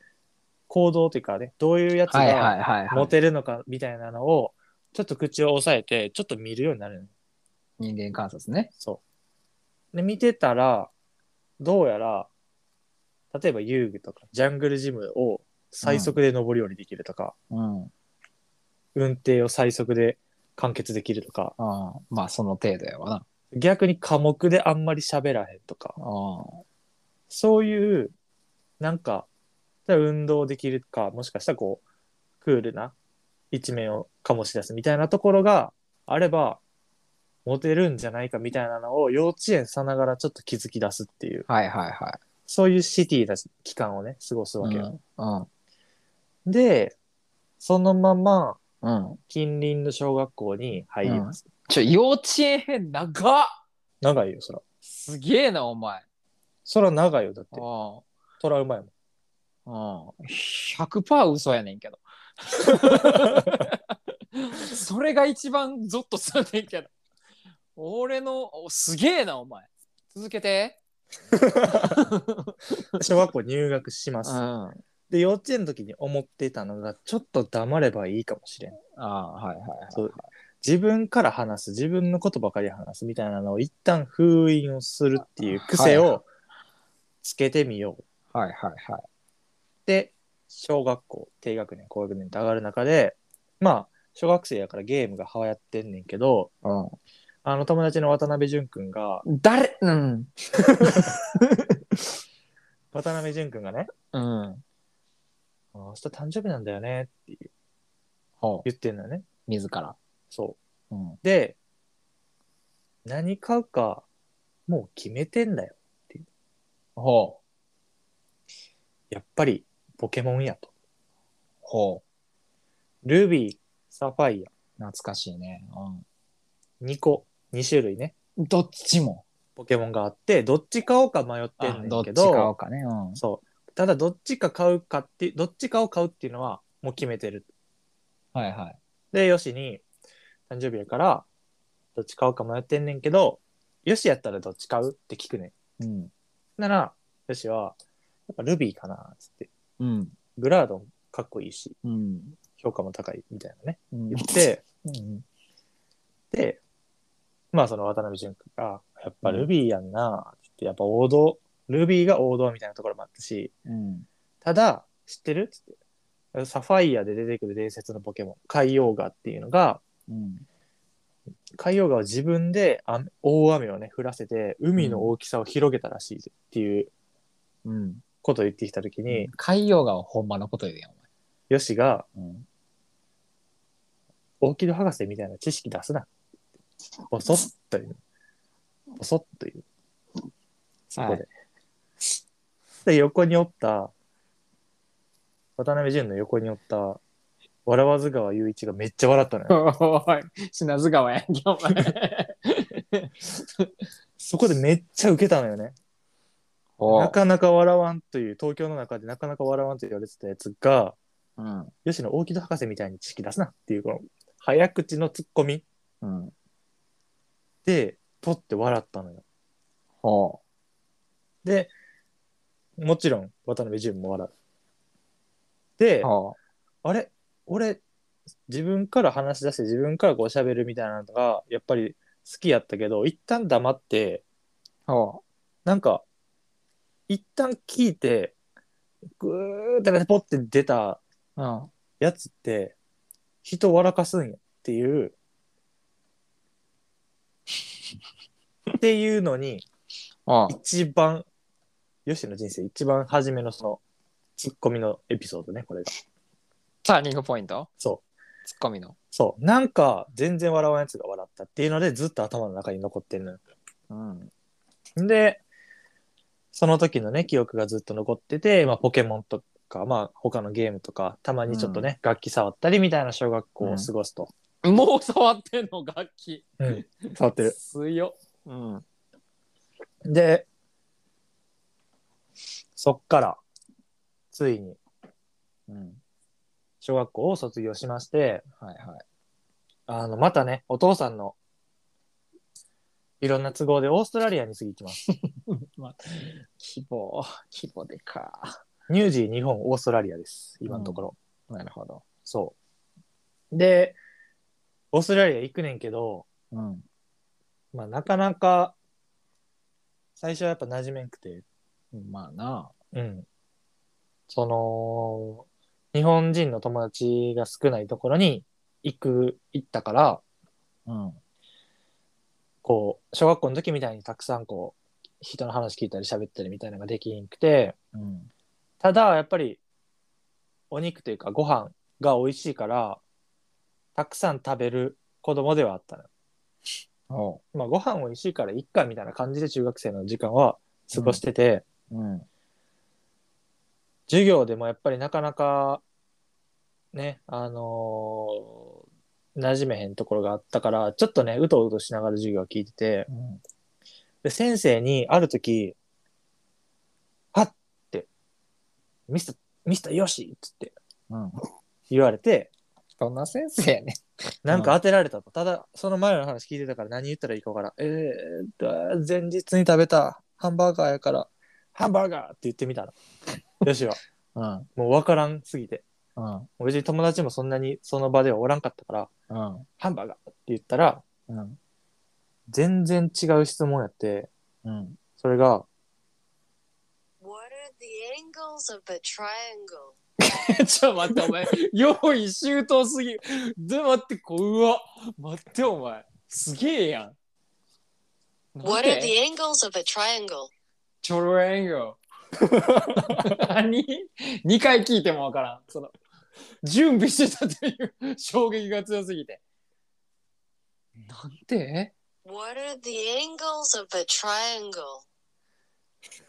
行動というかねどういうやつ
はい
が
はいはい、は
モテるのかみたいなのをちょっと口を押さえてちょっと見るようになるの
い。人間観察ね。
そうで見てたらどうやら例えば遊具とかジャングルジムを最速で上り下りできるとか、
うん。
運転を最速で完結できるとか
ああまあ、その程度やわな。
逆に科目であんまり喋らへんとか
あ
そういう、なんか、運動できるか、もしかしたらこう、クールな一面を醸し出すみたいなところがあれば、モテるんじゃないかみたいなのを幼稚園さながらちょっと気づき出すっていう、
あはいはいはい。
そういうシティな期間をね、過ごすわけよ。
うん。
で、そのまま
うん。うん、
近隣の小学校に入ります。
ちょ、幼稚園編長っ
長いよ、そら。
すげえな、お前。
そら長いよ、だって
う。ん。
トラウマやもん。
うん。100%嘘やねんけど。 それが一番ゾッとすんねんけど。俺の、おすげえな、お前。続けて。
小学校入学します
う。ん。あ
で幼稚園の時に思ってたのがちょっと黙ればいいかもしれん
あ、はいはいはい。
そう自分から話す自分のことばかり話すみたいなのを一旦封印をするっていう癖
はいはい
をつけてみよう
はいはいはい。
で小学校低学年高学年と上がる中でまあ小学生やからゲームが流行ってんねんけどあの友達の渡辺淳くんが
うん。誰うん。
渡辺淳くんがね
うん。
「あ明日誕生日なんだよね」って
ほう。
言ってんのよね
自ら。
そう
うん。
で何買うかもう決めてんだよ
ほう。
やっぱりポケモンやと。
ほ
ルビー、サファイア、
う。懐かしいね。
2個、2種類ね、
うん。どっちも。
ポケモンがあって、どっち買おうか迷って
あ
んね
ど
ん
っ
け
ち買お
ど、
うかね。うん。
そう。ただ、どっちか買うかって、どっちかを買うっていうのはもう決めてる。
はいはい。
で、ヨシに、誕生日やから、どっち買おうか迷ってんねんけど、ヨシやったらどっち買うって聞くね
うん。
ん。なら、ヨシは、やっぱルビーかな、つって。
うん。
グラードンかっこいいし、
うん。
評価も高いみたいなね。
うん
言って、
うん。
で、まあその渡辺淳君が、やっぱルビーやんな、つってやっぱ王道、ルビーが王道みたいなところもあったし、
うん。
ただ、知ってるつって。サファイアで出てくる伝説のポケモン、海洋ガっていうのが、
うん。
海洋ガは自分で雨大雨をね、降らせて、海の大きさを広げたらしいっていう
うん。
ことを言ってきたときに、
海洋画はほんまのこと言うやん、
ヨシが、
お前。うん。
大木戸博士みたいな知識出すな。ボソッという。ボソッという。そこで。で、横におった、渡辺淳の横におった、笑わず川雄一がめっちゃ笑ったのよ。
おい、品津川やんけ、お前。
そこでめっちゃウケたのよね。
お
なかなか笑わんという、東京の中でなかなか笑わんと言われてたやつが、
うん。
吉野大木戸博士みたいに知識出すなっていう、この早口のツッコミ
うん。
で、ポッて笑ったのよ。
ほ
で、もちろん渡辺淳も笑う。で
う。、ほ
あれ俺自分から話し出して自分からこう喋るみたいなのがやっぱり好きやったけど一旦黙って
う。ほ
なんか一旦聞いてグーってポッて出た
う。うん。
やつって人笑かすんやっていうっていうのに
おう。
一番吉野の人生一番初めのそのツッコミのエピソードねこれが
ターニングポイント
そう。
ツッコミの。
そう。なんか、全然笑わんやつが笑ったっていうので、ずっと頭の中に残ってるのよ。
うん。
で、その時のね、記憶がずっと残ってて、まあ、ポケモンとか、まあ、他のゲームとか、たまにちょっとね、楽器触ったりみたいな小学校を過ごすと。
もう触ってんの楽器。
うん、触ってる。
強。うん。
で、そっから、ついに、
うん。
小学校を卒業しまして、
はい はい。
あの、またね、お父さんの、いろんな都合でオーストラリアに次行きます。
規模、規模でか。
ニュージー、日本、オーストラリアです。今のところ。
なるほど。
そう。で、オーストラリア行くねんけど、
うん。
まあ、なかなか、最初はやっぱ馴染めんくて、
まあな。
うん。その、日本人の友達が少ないところに行く、行ったから、
うん。
こう、小学校の時みたいにたくさんこう、人の話聞いたり喋ったりみたいなのができんくて、
うん。
ただ、やっぱり、お肉というかご飯が美味しいから、たくさん食べる子供ではあったの。
おう。
まあ、ご飯美味しいからいっかみたいな感じで中学生の時間は過ごしてて、
うん。
授業でもやっぱりなかなかねあのー馴染めへんところがあったからちょっとねうとうとしながら授業を聞いてて
うん。
で先生にある時「はっ!」って「ミスターミスターよし!」っつって
うん。
言われて
どんな先生やね
なんか当てられたと、ただその前の話聞いてたから何言ったらいいか分からん「えー、っと前日に食べたハンバーガーやからハンバーガー!」って言ってみたのよしは
うん。
もう分からんすぎて
うん。
もう別に友達もそんなにその場ではおらんかったから
うん。
ハンバーガーって言ったら、
うん。
全然違う質問やって、
うん。
それが、
What are the angles of a triangle?
ちょっと待って、お 前、用意周到すぎる。で、待って、こう、うわ、待って、お前、すげえやん。
What are the angles of a triangle?
チョロエン ゴ。何 ?2 回聞いてもわからん。その、準備してたという 衝撃が強すぎて。なんて
What are the angles of a triangle?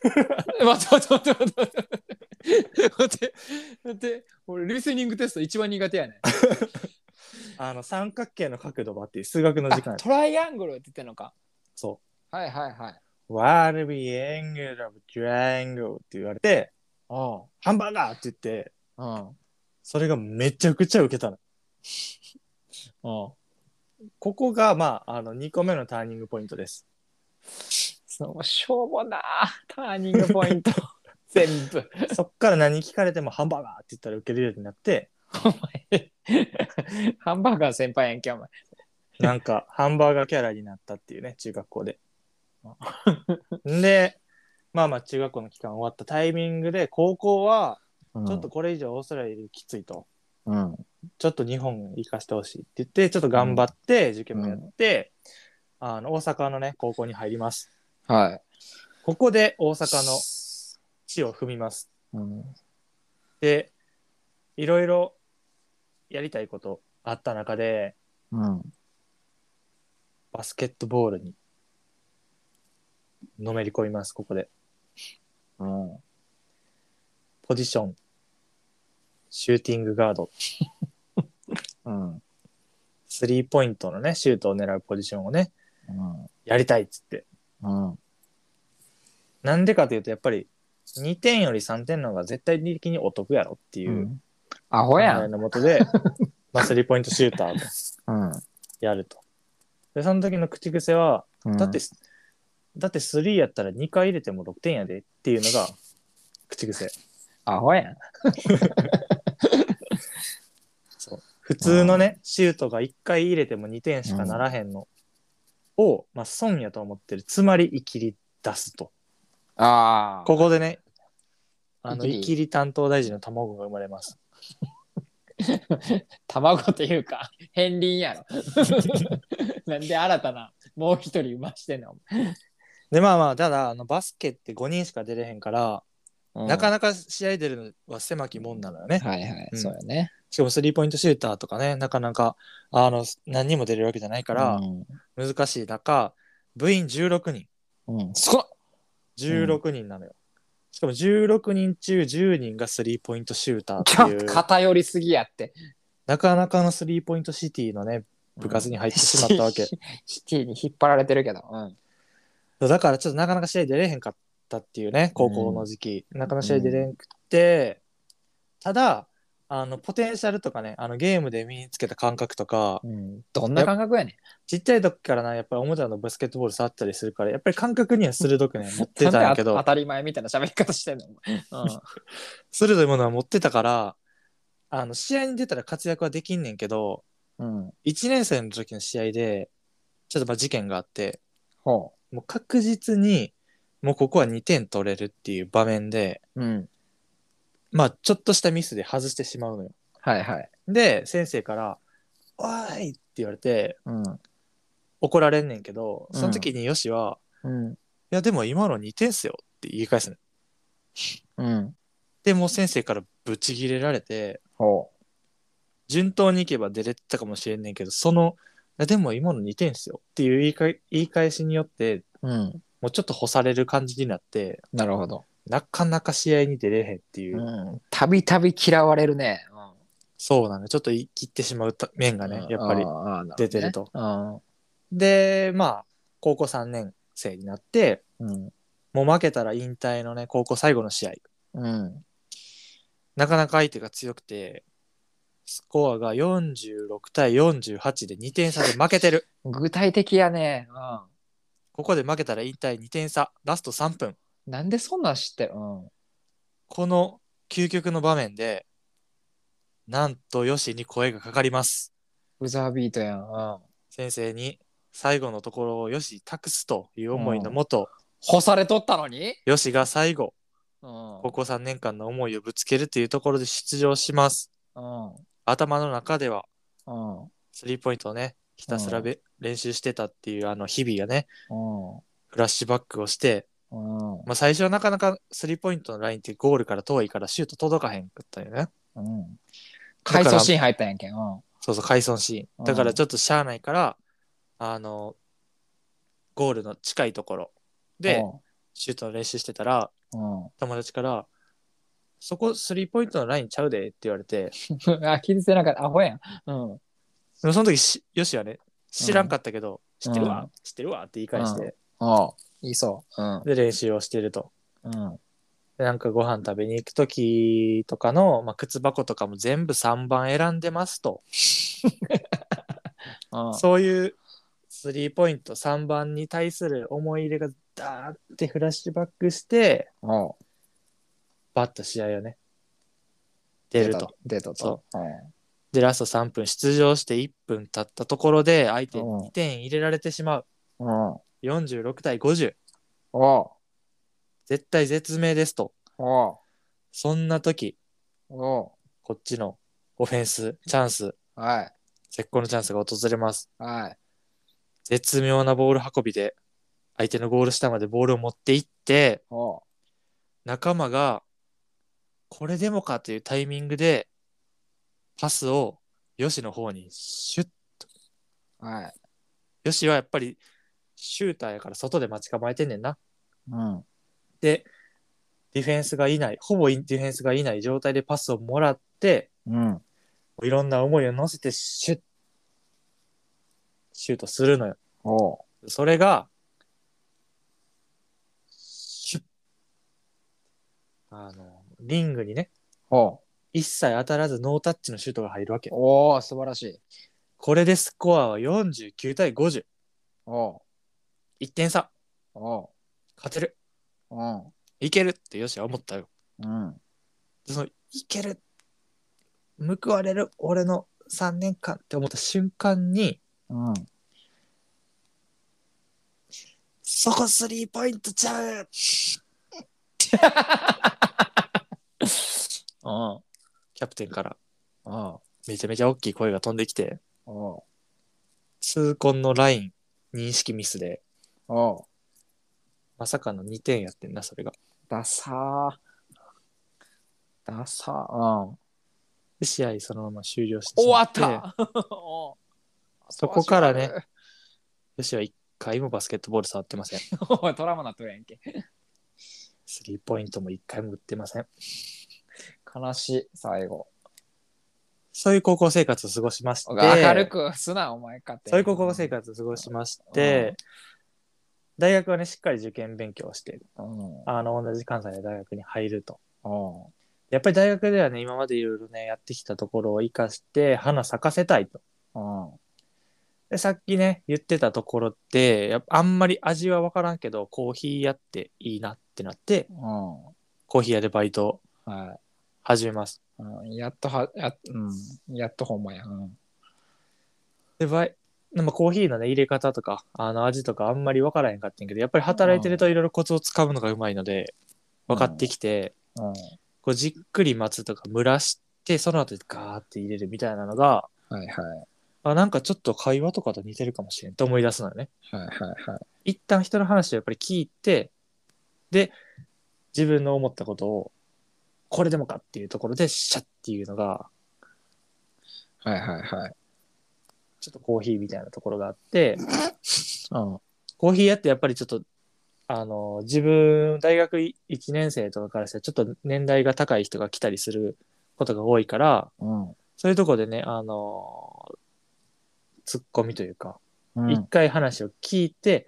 待って待って待って待って。待って、待って、俺、リスニングテスト一番苦手やねん。
あの、三角形の角度ばっていう数学の時間
あトライアングルって言ってんのか。
そ
はいはいはい。
う。What are the angle of triangle? って言われて、
お
ハンバーガーって言って、
ううん。
それがめちゃくちゃウケたの。
うん。
ここが、まあ、あの、2個目のターニングポイントです。
そう、しょうもなターニングポイン ト。全部。
そっから何聞かれてもハンバーガーって言ったらウケるようになって、
ハンバーガー先輩やんけ、お前。
なんか、ハンバーガーキャラになったっていうね、中学校で。で、まあまあ、中学校の期間終わったタイミングで、高校は、ちょっと、これ以上オーストラリアよりきついと、
うん。
ちょっと日本行かしてほしいって言って、ちょっと頑張って、受験もやって、あの、大阪のね、高校に入ります。
はい。
ここで大阪の地を踏みます。
うん。
で、いろいろやりたいことあった中で、
うん。
バスケットボールに、のめり込みます、ここで。
うん。
ポジション、シューティングガード、
うん。
スリーポイントのね、シュートを狙うポジションをね、
うん。
やりたいっつって。
うん。
なんでかというと、やっぱり2点より3点の方が絶対的にお得やろっていう
ア
考
ホや
え
ん。
のもとで、 まあ、スリーポイントシューターと
うん。
やると。で、その時の口癖は、
うん
だって、、だって3やったら2回入れても6点やでっていうのが口癖。
アホやん。
普通のね、シュートが1回入れても2点しかならへんのを、まあ、損やと思ってる。つまり、イキリ出すと。
ああ。
ここでね、あの、
イキリ
イキリ担当大臣の卵が生まれます。
卵というか、片鱗や ろ。なんで新たな、もう一人生ましてんの
でまあまあただあのバスケって5人しか出れへんから
うん
なかなか試合出るのは狭きもんなのよね。
はいはい、
うん
そうよね。
しかもスリーポイントシューターとかね、なかなかあの何人も出れるわけじゃないから
うん
難しい中、部員16人、
うん、すごっ
16人なのよ。しかも16人中10人がスリーポイントシューター
キ
ってい
ャ
う、
偏りすぎやって。
なかなかのスリーポイントシティのね、部活に入ってしまった わけ。
シティに引っ張られてるけど。うん。
そうだからちょっとなかなか試合出れへんかったっていうね高校の時期、なかなか試合出れへんくて、ただあのポテンシャルとかねあのゲームで身につけた感覚とか
うん、どんな感覚やね
ちっちゃい時からなやっぱりおもちゃのバスケットボール触ったりするからやっぱり感覚には鋭くね持ってたんやけ
なんであ
ど
当たり前みたいな喋り方してんのお前う
鋭いものは持ってたからあの試合に出たら活躍はできんねんけど
ん。うん。
1年生の時の試合でちょっとまあ事件があって
ほ
もう確実にもうここは2点取れるっていう場面で。
う。うん。
まあ、ちょっとしたミスで外してしまうのよ。
はいはい。
で、先生から、おーいって言われて
うん。
怒られんねんけど、
うん
その時によしは、
うん。
いや、でも今の2点っすよって言い返すの。
うん。
で、もう先生からブチギレられて、
ほ
順当にいけば出れてたかもしれんねんけど、その、いや、でも今の2点っすよっていう言いかい言い返しによって、
う。うん。
もうちょっと干される感じになって、
なるほど。
なかなか試合に出れへんっていうう、
ん。たびたび嫌われるね。
そうなのよちょっと言い切ってしまうた面
う
が
ん。
ね、やっぱり
あーあーなほどね
出てると
うん。
でまあ高校3年生になって
うん。
もう負けたら引退のね高校最後の試合
うん。
なかなか相手が強くてスコアが46対48で2点差で負けてる
具体的やね。う
ここで負けたら引退2点差ラスト3分
ん。なんでそんなん知ってるうん。
この究極の場面でなんとよしに声がかかります
ブザービートやん。うん。
先生に最後のところをよし託すという思いのもと、
干されとったのに
よしが最後
うん。
高校3年間の思いをぶつけるというところで出場します
うん。
頭の中では
うん。
スリーポイントをね、ひたすらべ、練習してたっていうあの日々がね、
うん。
フラッシュバックをして、
うん。
まあ、最初はなかなかスリーポイントのラインってゴールから遠いからシュート届かへんかったよね。
うん。回想シーン入ったんやんけん。うん。
そうそう、回損シー
う
ン。
ん
だからちょっとしゃあないから、あの、ゴールの近いところでシュートの練習してたら、
うん、う
友達から、そこスリーポイントのラインちゃうでって言われて、
ん。あ、気づいてなかった。アホやん。うん。
でもその時し、よしはね、知らんかったけど、知ってるわ、
う
知ってるわって言い返して、
うん。いいそう。うん。
で、練習をしてると。
うん。
でなんかご飯食べに行く時とかの、まあ、靴箱とかも全部3番選んでますと、
うん。
そういうスリーポイント3番に対する思い入れがダーってフラッシュバックして
うん。
バッと試合をね出ると。
出たと
そ。
うん
でラスト3分出場して1分経ったところで相手に
うん
2点入れられてしまう
うん。
46対50
おう
絶対絶命ですと
おう
そんな時
お
こっちのオフェンスチャンス
うはい。
絶好のチャンスが訪れます
はい。
絶妙なボール運びで相手のゴール下までボールを持っていって
おう
仲間がこれでもかというタイミングでパスをヨシの方にシュッ
はい。
ヨシはやっぱりシューターやから外で待ち構えてんねんな。
うん。
でディフェンスがいないほぼディフェンスがいない状態でパスをもらって
うん。
いろんな思いを乗せてシュッシュートするのよ。
おう
それが、シュッあの、リングにね、
おう
一切当たらずノータッチのシュートが入るわけ。
おう素晴らしい。
これでスコアは49対50。
おう
1点差。
おう
勝てる。
うん。
いけるってよしは思ったよ。
うん。
でその、いける。報われる俺の3年間って思った瞬間に、
うん。
そこスリーポイントちゃう
うん。
キャプテンから
うん。
めちゃめちゃ大きい声が飛んできて、
おう
痛恨のライン認識ミスで、
おう
まさかの2点やってんな、それが。
ダサー。ダサ。うん。
で試合そのまま終了してし
終
ま
わ
って
った、
そこからね。女子は一回もバスケットボール触ってません。
おい、トラマなっとるやんけ。
スリーポイントも一回も打ってません。
悲しい、最後。
そういう高校生活を過ごしまして、
明るくすな、お前かって。
そういう高校生活を過ごしまして、大学はね、しっかり受験勉強をして、
うん。うん。
あの、同じ関西の大学に入ると。やっぱり大学ではね、今までいろいろね、やってきたところを生かして、花咲かせたいと。
うん。
で、さっきね、言ってたところって、やっぱあんまり味はわからんけど、コーヒー屋っていいなってなって、
うん。
コーヒー屋でバイトを
はい。
始めます。
うん、やっとは、や,、うん、やっとほんまや。うん。
で、バイ、でもコーヒーのね、入れ方とか、あの味とかあんまりわからへんかったんやけど、やっぱり働いてるといろいろコツをつかむのがうまいので、分かってきて、
うん。
こうじっくり待つとか蒸らして、その後ガーって入れるみたいなのが、
はいはい。
あなんかちょっと会話とかと似てるかもしれんと思い出すのよね。
はいはいはい。
一旦人の話をやっぱり聞いて、で、自分の思ったことを、これでもかっていうところで、シャッっていうのが、
はいはいはい。
ちょっとコーヒーみたいなところがあって、
うん。
コーヒー屋ってやっぱりちょっと、あの、自分、大学1年生とかからして、ちょっと年代が高い人が来たりすることが多いから、
うん。
そういうとこでね、あの、ツッコミというか、
うん
一、回話を聞いて、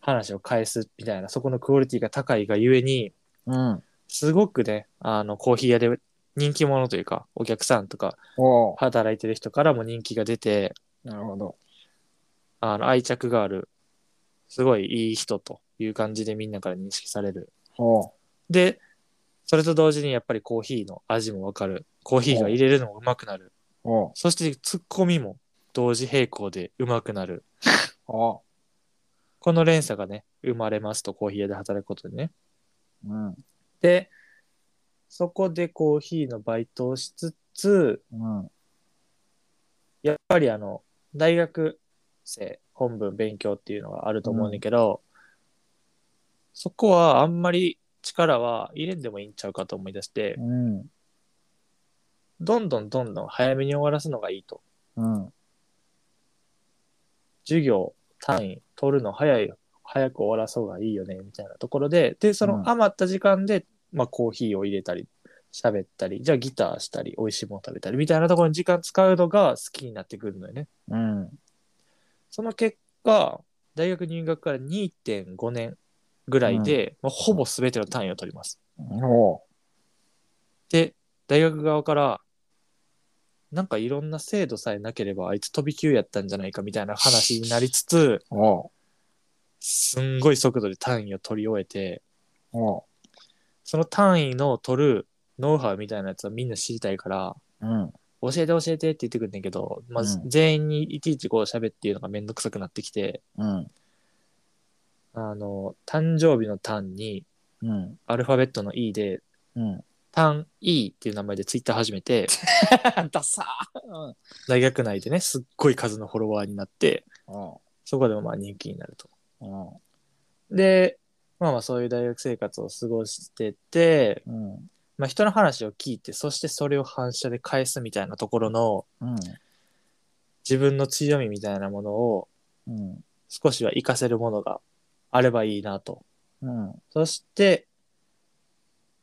話を返すみたいな、そこのクオリティが高いがゆえに、
うん。
すごくね、あの、コーヒー屋で人気者というか、お客さんとか、
おお。
働いてる人からも人気が出て、
なるほど。
あの、愛着がある、すごいいい人という感じでみんなから認識される。
おお。
で、それと同時にやっぱりコーヒーの味もわかる。コーヒーが入れるのもうまくなる。
お
そしてツッコミも同時並行でうまくなる。
お。お
この連鎖がね、生まれますと、コーヒー屋で働くことでね。
うん。
で、そこでコーヒーのバイトをしつつ、
うん。
やっぱりあの、大学生本文勉強っていうのがあると思うんだけど、そこはあんまり力は入れんでもいいんちゃうかと思い出して、
うん。
どんどんどんどん早めに終わらすのがいいと。
うん。
授業、単位、取るの早い、早く終わらそうがいいよね、みたいなところで、で、そ
うん
の余った時間で、まあコーヒーを入れたり、喋ったり、じゃあギターしたり、美味しいもの食べたり、みたいなところに時間使うのが好きになってくるのよね。
うん。
その結果、大学入学から2.5年ぐらいで、まあ、ほぼ全ての単位を取ります。
おお。
で、大学側から、なんかいろんな制度さえなければ、あいつ飛び級やったんじゃないかみたいな話になりつつ、
おお。
すんごい速度で単位を取り終えて、
おお。
その単位の取るノウハウみたいなやつはみんな知りたいから、
うん。
教えて教えてって言ってくるんだけど、まず
うん
全員にいちいちこう喋っていうのがめんどくさくなってきて、
うん。
あの、誕生日の単に、
うん。
アルファベットの E で、
うん。
タン E っていう名前でツイッター始め て、
ダサー。
大学内でね、すっごい数のフォロワーになって、
うん。お
そこでもまあ人気になると。
お。
で、まあまあそういう大学生活を過ごしてて、
うん。
まあ人の話を聞いて、そしてそれを反射で返すみたいなところの、
うん。
自分の強みみたいなものを
うん。
少しは活かせるものがあればいいなと。
うん。
そして、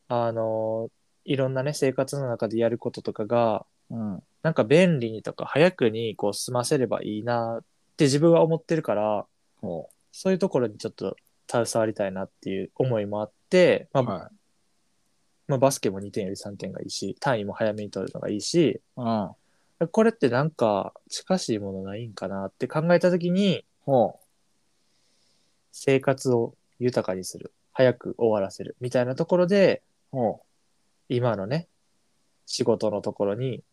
あの、いろんなね、生活の中でやることとかが、
うん。
なんか便利にとか早くにこう済ませればいいなって自分は思ってるから、
おお。
そういうところにちょっと携わりたいなっていう思いもあって、まあ
はい。
まあ、バスケも2点より3点がいいし、単位も早めに取るのがいいし、
うん。
これってなんか近しいものないんかなって考えたときに、
ほ
生活を豊かにする、早く終わらせるみたいなところで、
う。ほう。
今のね、仕事のところに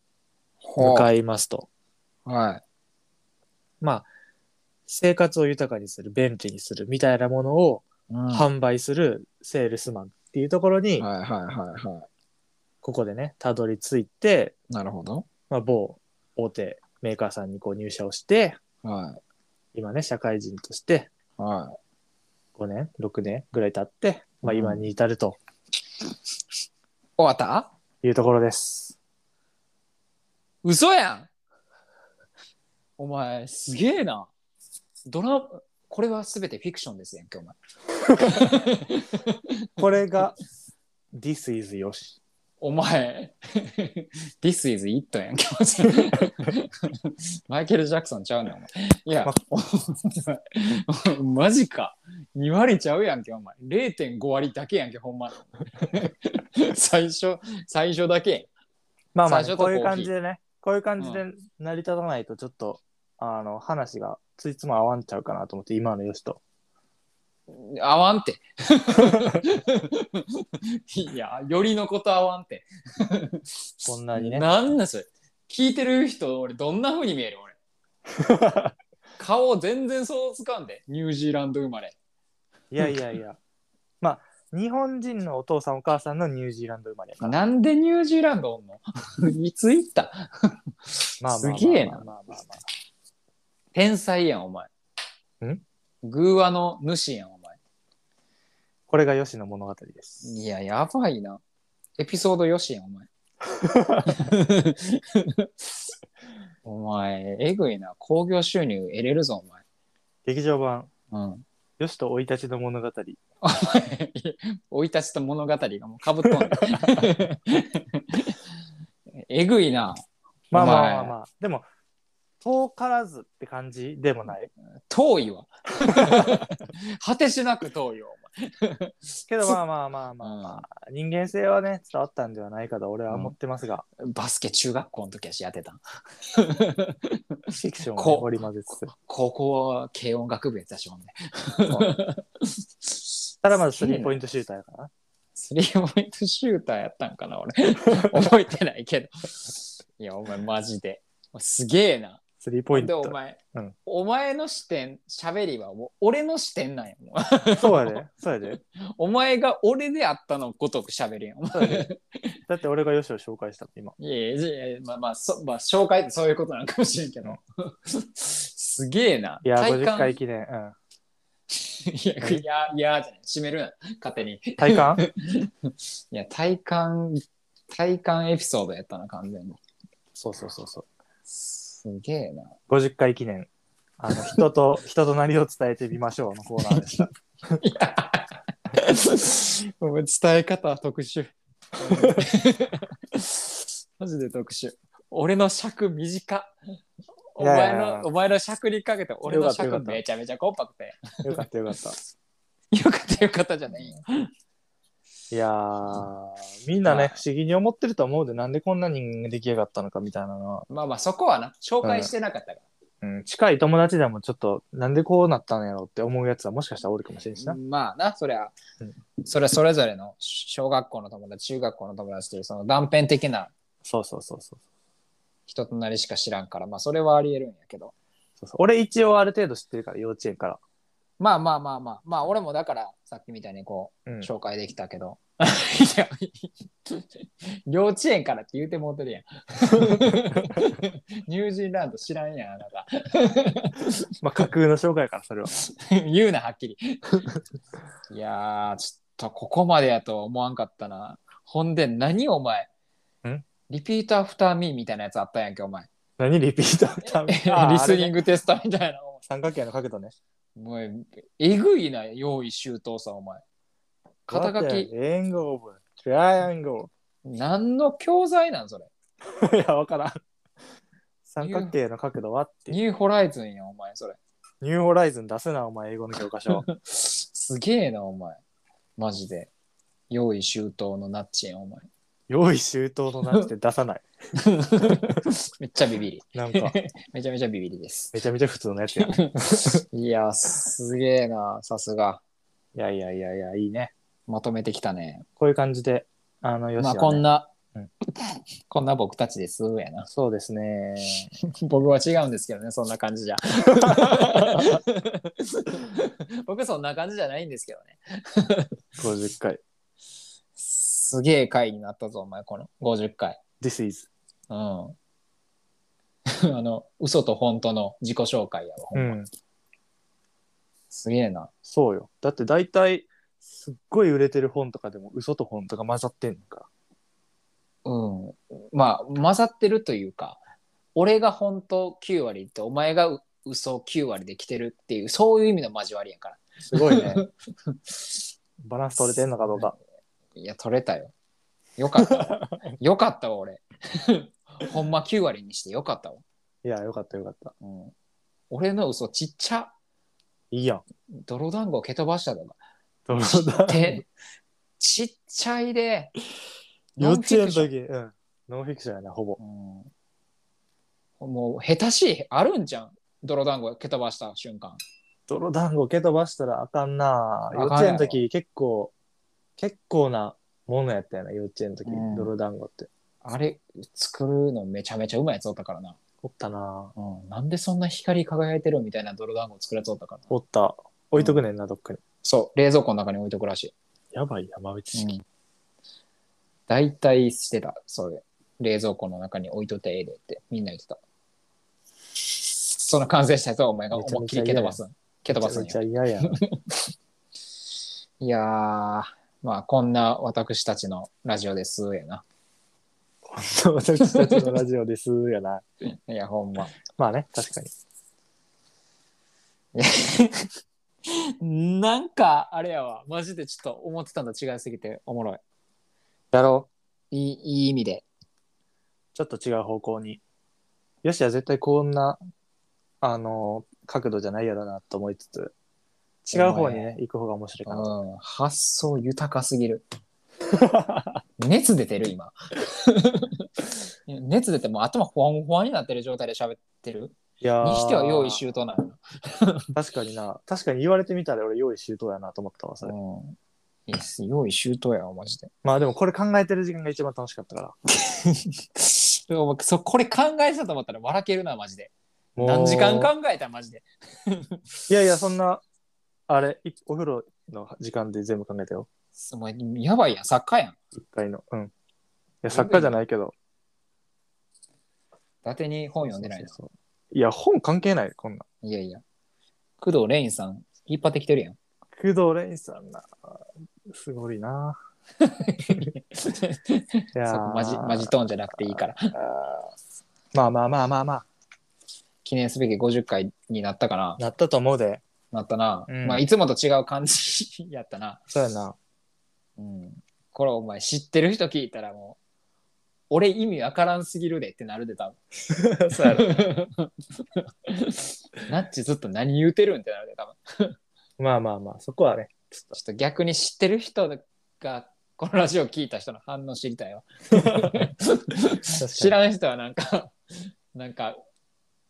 ほ
向
う。
かいますと。
はい。
まあ、生活を豊かにする、便利にするみたいなものを
うんはい
販売するセールスマンっていうところに、
はいはいは
ここでね、たどり着いて、
い。なるほど。
まあ、某大手メーカーさんにこう入社をして、
は
今ね、社会人として
い。は
5年、6年ぐらい経って、まあ、今に至ると。
い。終わった
いうところです。
嘘やんお前、すげえな。ドラ、これはすべてフィクションですやんけ、お前。
これが This is よし。
お前、This is it やんけ、マイケル・ジャクソンちゃうねん、お前。いや、お前マジか。2割ちゃうやんけ、お前。0.5割だけやんけ、ほんまに。最初、最初だけやん。
まあまあ、
最初と
こういう
コーヒ
感
ー
じでね、こういう感じで成り立たないと、ちょっと、あの、話がついつま合わんちゃうかなと思って、今のよしと。
合わんて。いや、よりのこと合わんて。
こんなにね
なんだそれ。聞いてる人、俺、どんな風に見える俺。顔全然想像つかんで。ニュージーランド生まれ。
いやいやいや。まあ、日本人のお父さんお母さんのニュージーランド生まれやから。
なんでニュージーランドおんの いつ行った
まあまあまあ
すげえな
まあまあまあまあ
天才やん、お前。
ん
偶話の主やん、お前。
これがよしの物語です。
いや、やばいな。エピソードよしやん、お前。お前、えぐいな。興行収入得れるぞ、
劇場版、
お前。うん。
よしと生い立ちの物語。
お前、生い立ちと物語がもうかぶっとんね えぐいな。
まあまあ
お前
まあまあ。でも、遠からずって感じでもない。
遠いわ。 果てしなく遠いわ、
けどまあまあまあ
お
まあ。
前。うん
人間性はね、伝わったんではないかと俺は思ってますが、
バスケ中学校の時はしやってたん。
フィクションをね、
こう
織り交ぜつつ。
高校は軽音楽部やってたしもんね。
ただまずスリーポイントシューターやからな。
スリーポイントシューターやったんかな、俺。 覚えてないけど。いや、お前マジで。すげえな。
スリーポイン
で、お
ト。
前、
うん
お前の視点、喋りはもう俺の視点なんやもん。
そうやで。そうやで。
お前が俺であったのごとく喋るやん。お 前
そうやで。だって俺がよしを紹介したの今。
いやいやいや、まあまあ、そまあ、紹介ってそういうことなんかもしれんけど。 すげえな。
いや、
体
50
感
回記念。うん。
いや、いや、いやじゃない。締めるな。勝手に。
体感
いや、体感、体感エピソードやったな、完全に。
そうそうそうそう。
すげえな。
50回記念。あの、人と、人となりを伝えてみましょうのコーナーでした。
いや お前伝え方は特殊。 マジで特殊。俺の尺短っ。お
いやいや
前
いや
の、お前の尺にかけて俺の
よか
尺
ったよかった
めちゃめちゃコンパクトや。
よかったよかった。
よかったよかったじゃないよ。
いやー、みんな
はい
ね、不思議に思ってると思うで、なんでこんな人間出来上がったのかみたいなのは、
まあまあそこはな、紹介してなかったか
うん、近い友達でもちょっと、なんでこうなったんやろって思うやつはもしかしたらおるかもしれんし
ら。
な。
まあな、そりゃ
うん、
それはそれぞれの小学校の友達、中学校の友達というその断片的な
そうそうそうそう
人となりしか知らんから、まあそれはありえるんやけど。
そうそう。俺一応ある程度知ってるから、幼稚園から。
まあまあまあまあ、まあ俺もだからさっきみたいにこ
うん
う、紹介できた けど。いや幼稚園からって言うてもうて るやん。ニュージーランド知らんやん、あなた。
まあ、架空の紹介やから、それは。
言うな、はっきり。いやー、ちょっとここまでやとは思わんかったな。ほんで、何お前
ん。
リピートアフターミーみたいなやつあったやんけ、お前。
何リピーター
リスニン
グ。
グテストみたいな。お
三角形の角度ね。
前もう、えぐいな、用意周到さ、お前。肩書き、
レンゴーブ、トライアンゴ
何の教材なん、それ。
ー。いや、わからん。三角形の角度はって。
ニューホライズンやん、お前、それ。
ニューホライズン出すな、お前、英語の教科書。
すげえな、お前。マジで。用意周到のナッチやん、お前。
用意周到のなくて出さない。
めっちゃビビり。
なん か、
めちゃめちゃビビりです。
めちゃめちゃ普通のやつや。い
いや、すげえな、さすが。
やいやいやいや、いいね。
まとめてきたね。
こういう感じで、あの、よし、
まあ、こん。な、
うん
こんな僕たちです、やな。
そうですね。
僕は違うんですけどね、そんな感じじゃ。僕そんな感じじゃないんですけどね。
50回。
すげえ回になったぞ、お前、この50回。
This is.
うん。 あの、嘘と本当の自己紹介やわ。ほんま
ん。
すげえな。
そうよ。だって大体、すっごい売れてる本とかでも嘘と本とか混ざってんのか。
うまあ混ざってるというか俺が本当9割とお前がう嘘9割で来てるっていうそういう意味の交わりやから
すごいね。 バランス取れてんのかどうか。
いや取れたよよかった わよかったわ俺 ほんま9割にしてよかったわ、
いや、よかったよかった。
うん、俺の嘘ちっちゃ
いいやん。
泥団子を蹴飛ばしたとか
そうだ
でちっちゃいで
幼稚園の
ノンフィクション
時、うん。ノンフィクションやな、ほぼ。
うんもう下手しいあるんじゃん泥団子蹴飛ばした瞬間
泥団子蹴飛ばしたらあかんな。
あかん
幼
やろ
稚園の時、結構、結構なものやったよな、幼稚園の時
うん、
泥団子って。
あれ作るのめちゃめちゃうまいやつおったからな、
おったな。
うん、なんでそんな光り輝いてるみたいな泥団子作るやつおったからな
おった。置いとくねんな、どっかに。
そう冷蔵庫の中に置いとくらし
やばい、山口
い、う
式。
ん、大体してたそれ冷蔵庫の中に置いといてええでってみんな言ってたその完成したやつはお前が思いっきり蹴飛ばすん蹴飛ばすん
め
よ
ちゃめちゃ嫌やん。
いやー、まあ、こんな私たちのラジオです、やな。
私たちのラジオです、やな。
いや、ほんま。
まあね、確かに。
なんか、あれやわ。マジでちょっと思ってたのと違いすぎておもろい。だろいいいい意味で。
ちょっと違う方向に。よしは絶対こんな、あの、角度じゃないやろなと思いつつ、違う方にね、行く方が面白いうかなと。
ん、発想豊かす ぎる。熱出てる、今。いや熱出てもう頭ほわんほわんになってる状態で喋ってる。
いやー
にしては用意周到なの。
確かにな。確かに言われてみたら俺用意周到やなと思ったわ、それ。
うん。いいっす用意周到やわ、マジで。
まあでもこれ考えてる時間が一番楽しかったから。
でも僕そこれ考えてたと思ったら笑けるなマジで
もう
何時間考えたマジで
いやいや、そんな、あれ、いお風呂の時間で全部考えたよ。
すお前やばいやん作家やん伊
一回の。うん。いや、作家じゃないけど。
達に本読んでないな
そうそうそういや、本関係ない、こんなん。
いやいや工藤レインさん引っ張ってきてるやん
工藤蓮さんな。すごい な。いや
そ
ー
こマジマジトーンじゃなくていいから
あーまあまあまあまあまあ。
記念すべき50回になったかな
なったと思うで。
なったな、
うん
まあいつもと違う感じやったな、
そうや な。
うん、これお前知ってる人聞いたらもう俺意味わからんすぎるでってなるで多分
そうやろ。
ナッチずっと何言うてるんってなるで多分
まあまあまあ、そこはね。
ちょっと逆に知ってる人がこのラジオ聞いた人の反応知りたいわ。知らん人はなんか、なんか、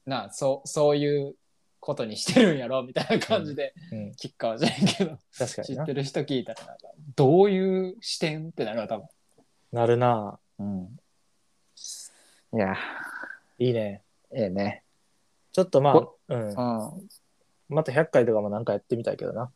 なあそう、そういうことにしてるんやろみたいな感じで
うん、
聞くかもしれんけど、
確か
知
に
っ
な
て。る人聞いたらなんか、どういう視点ってなるわ、多
なるな。
分。うん。いや、
いいね。
ええね。
ちょっとま
こ
あ、うん
う。ん。
また100回とかもなんかやってみたいけどな。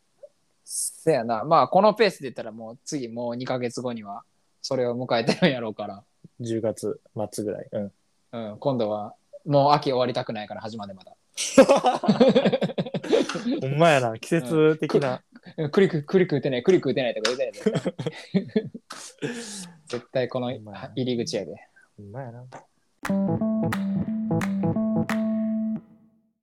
せやな。まあ、このペースで言ったらもう次もう2ヶ月後にはそれを迎えてるんやろうから。
10月末ぐらい。 うん。
うん、今度はもう秋終わりたくないから始までまだ。
ほんまやな。季節的な。
クリック、クリック打てない、クリック打てないとか言うてないで。 絶対この
ほんまやな
入り口やで。
ほんまやな。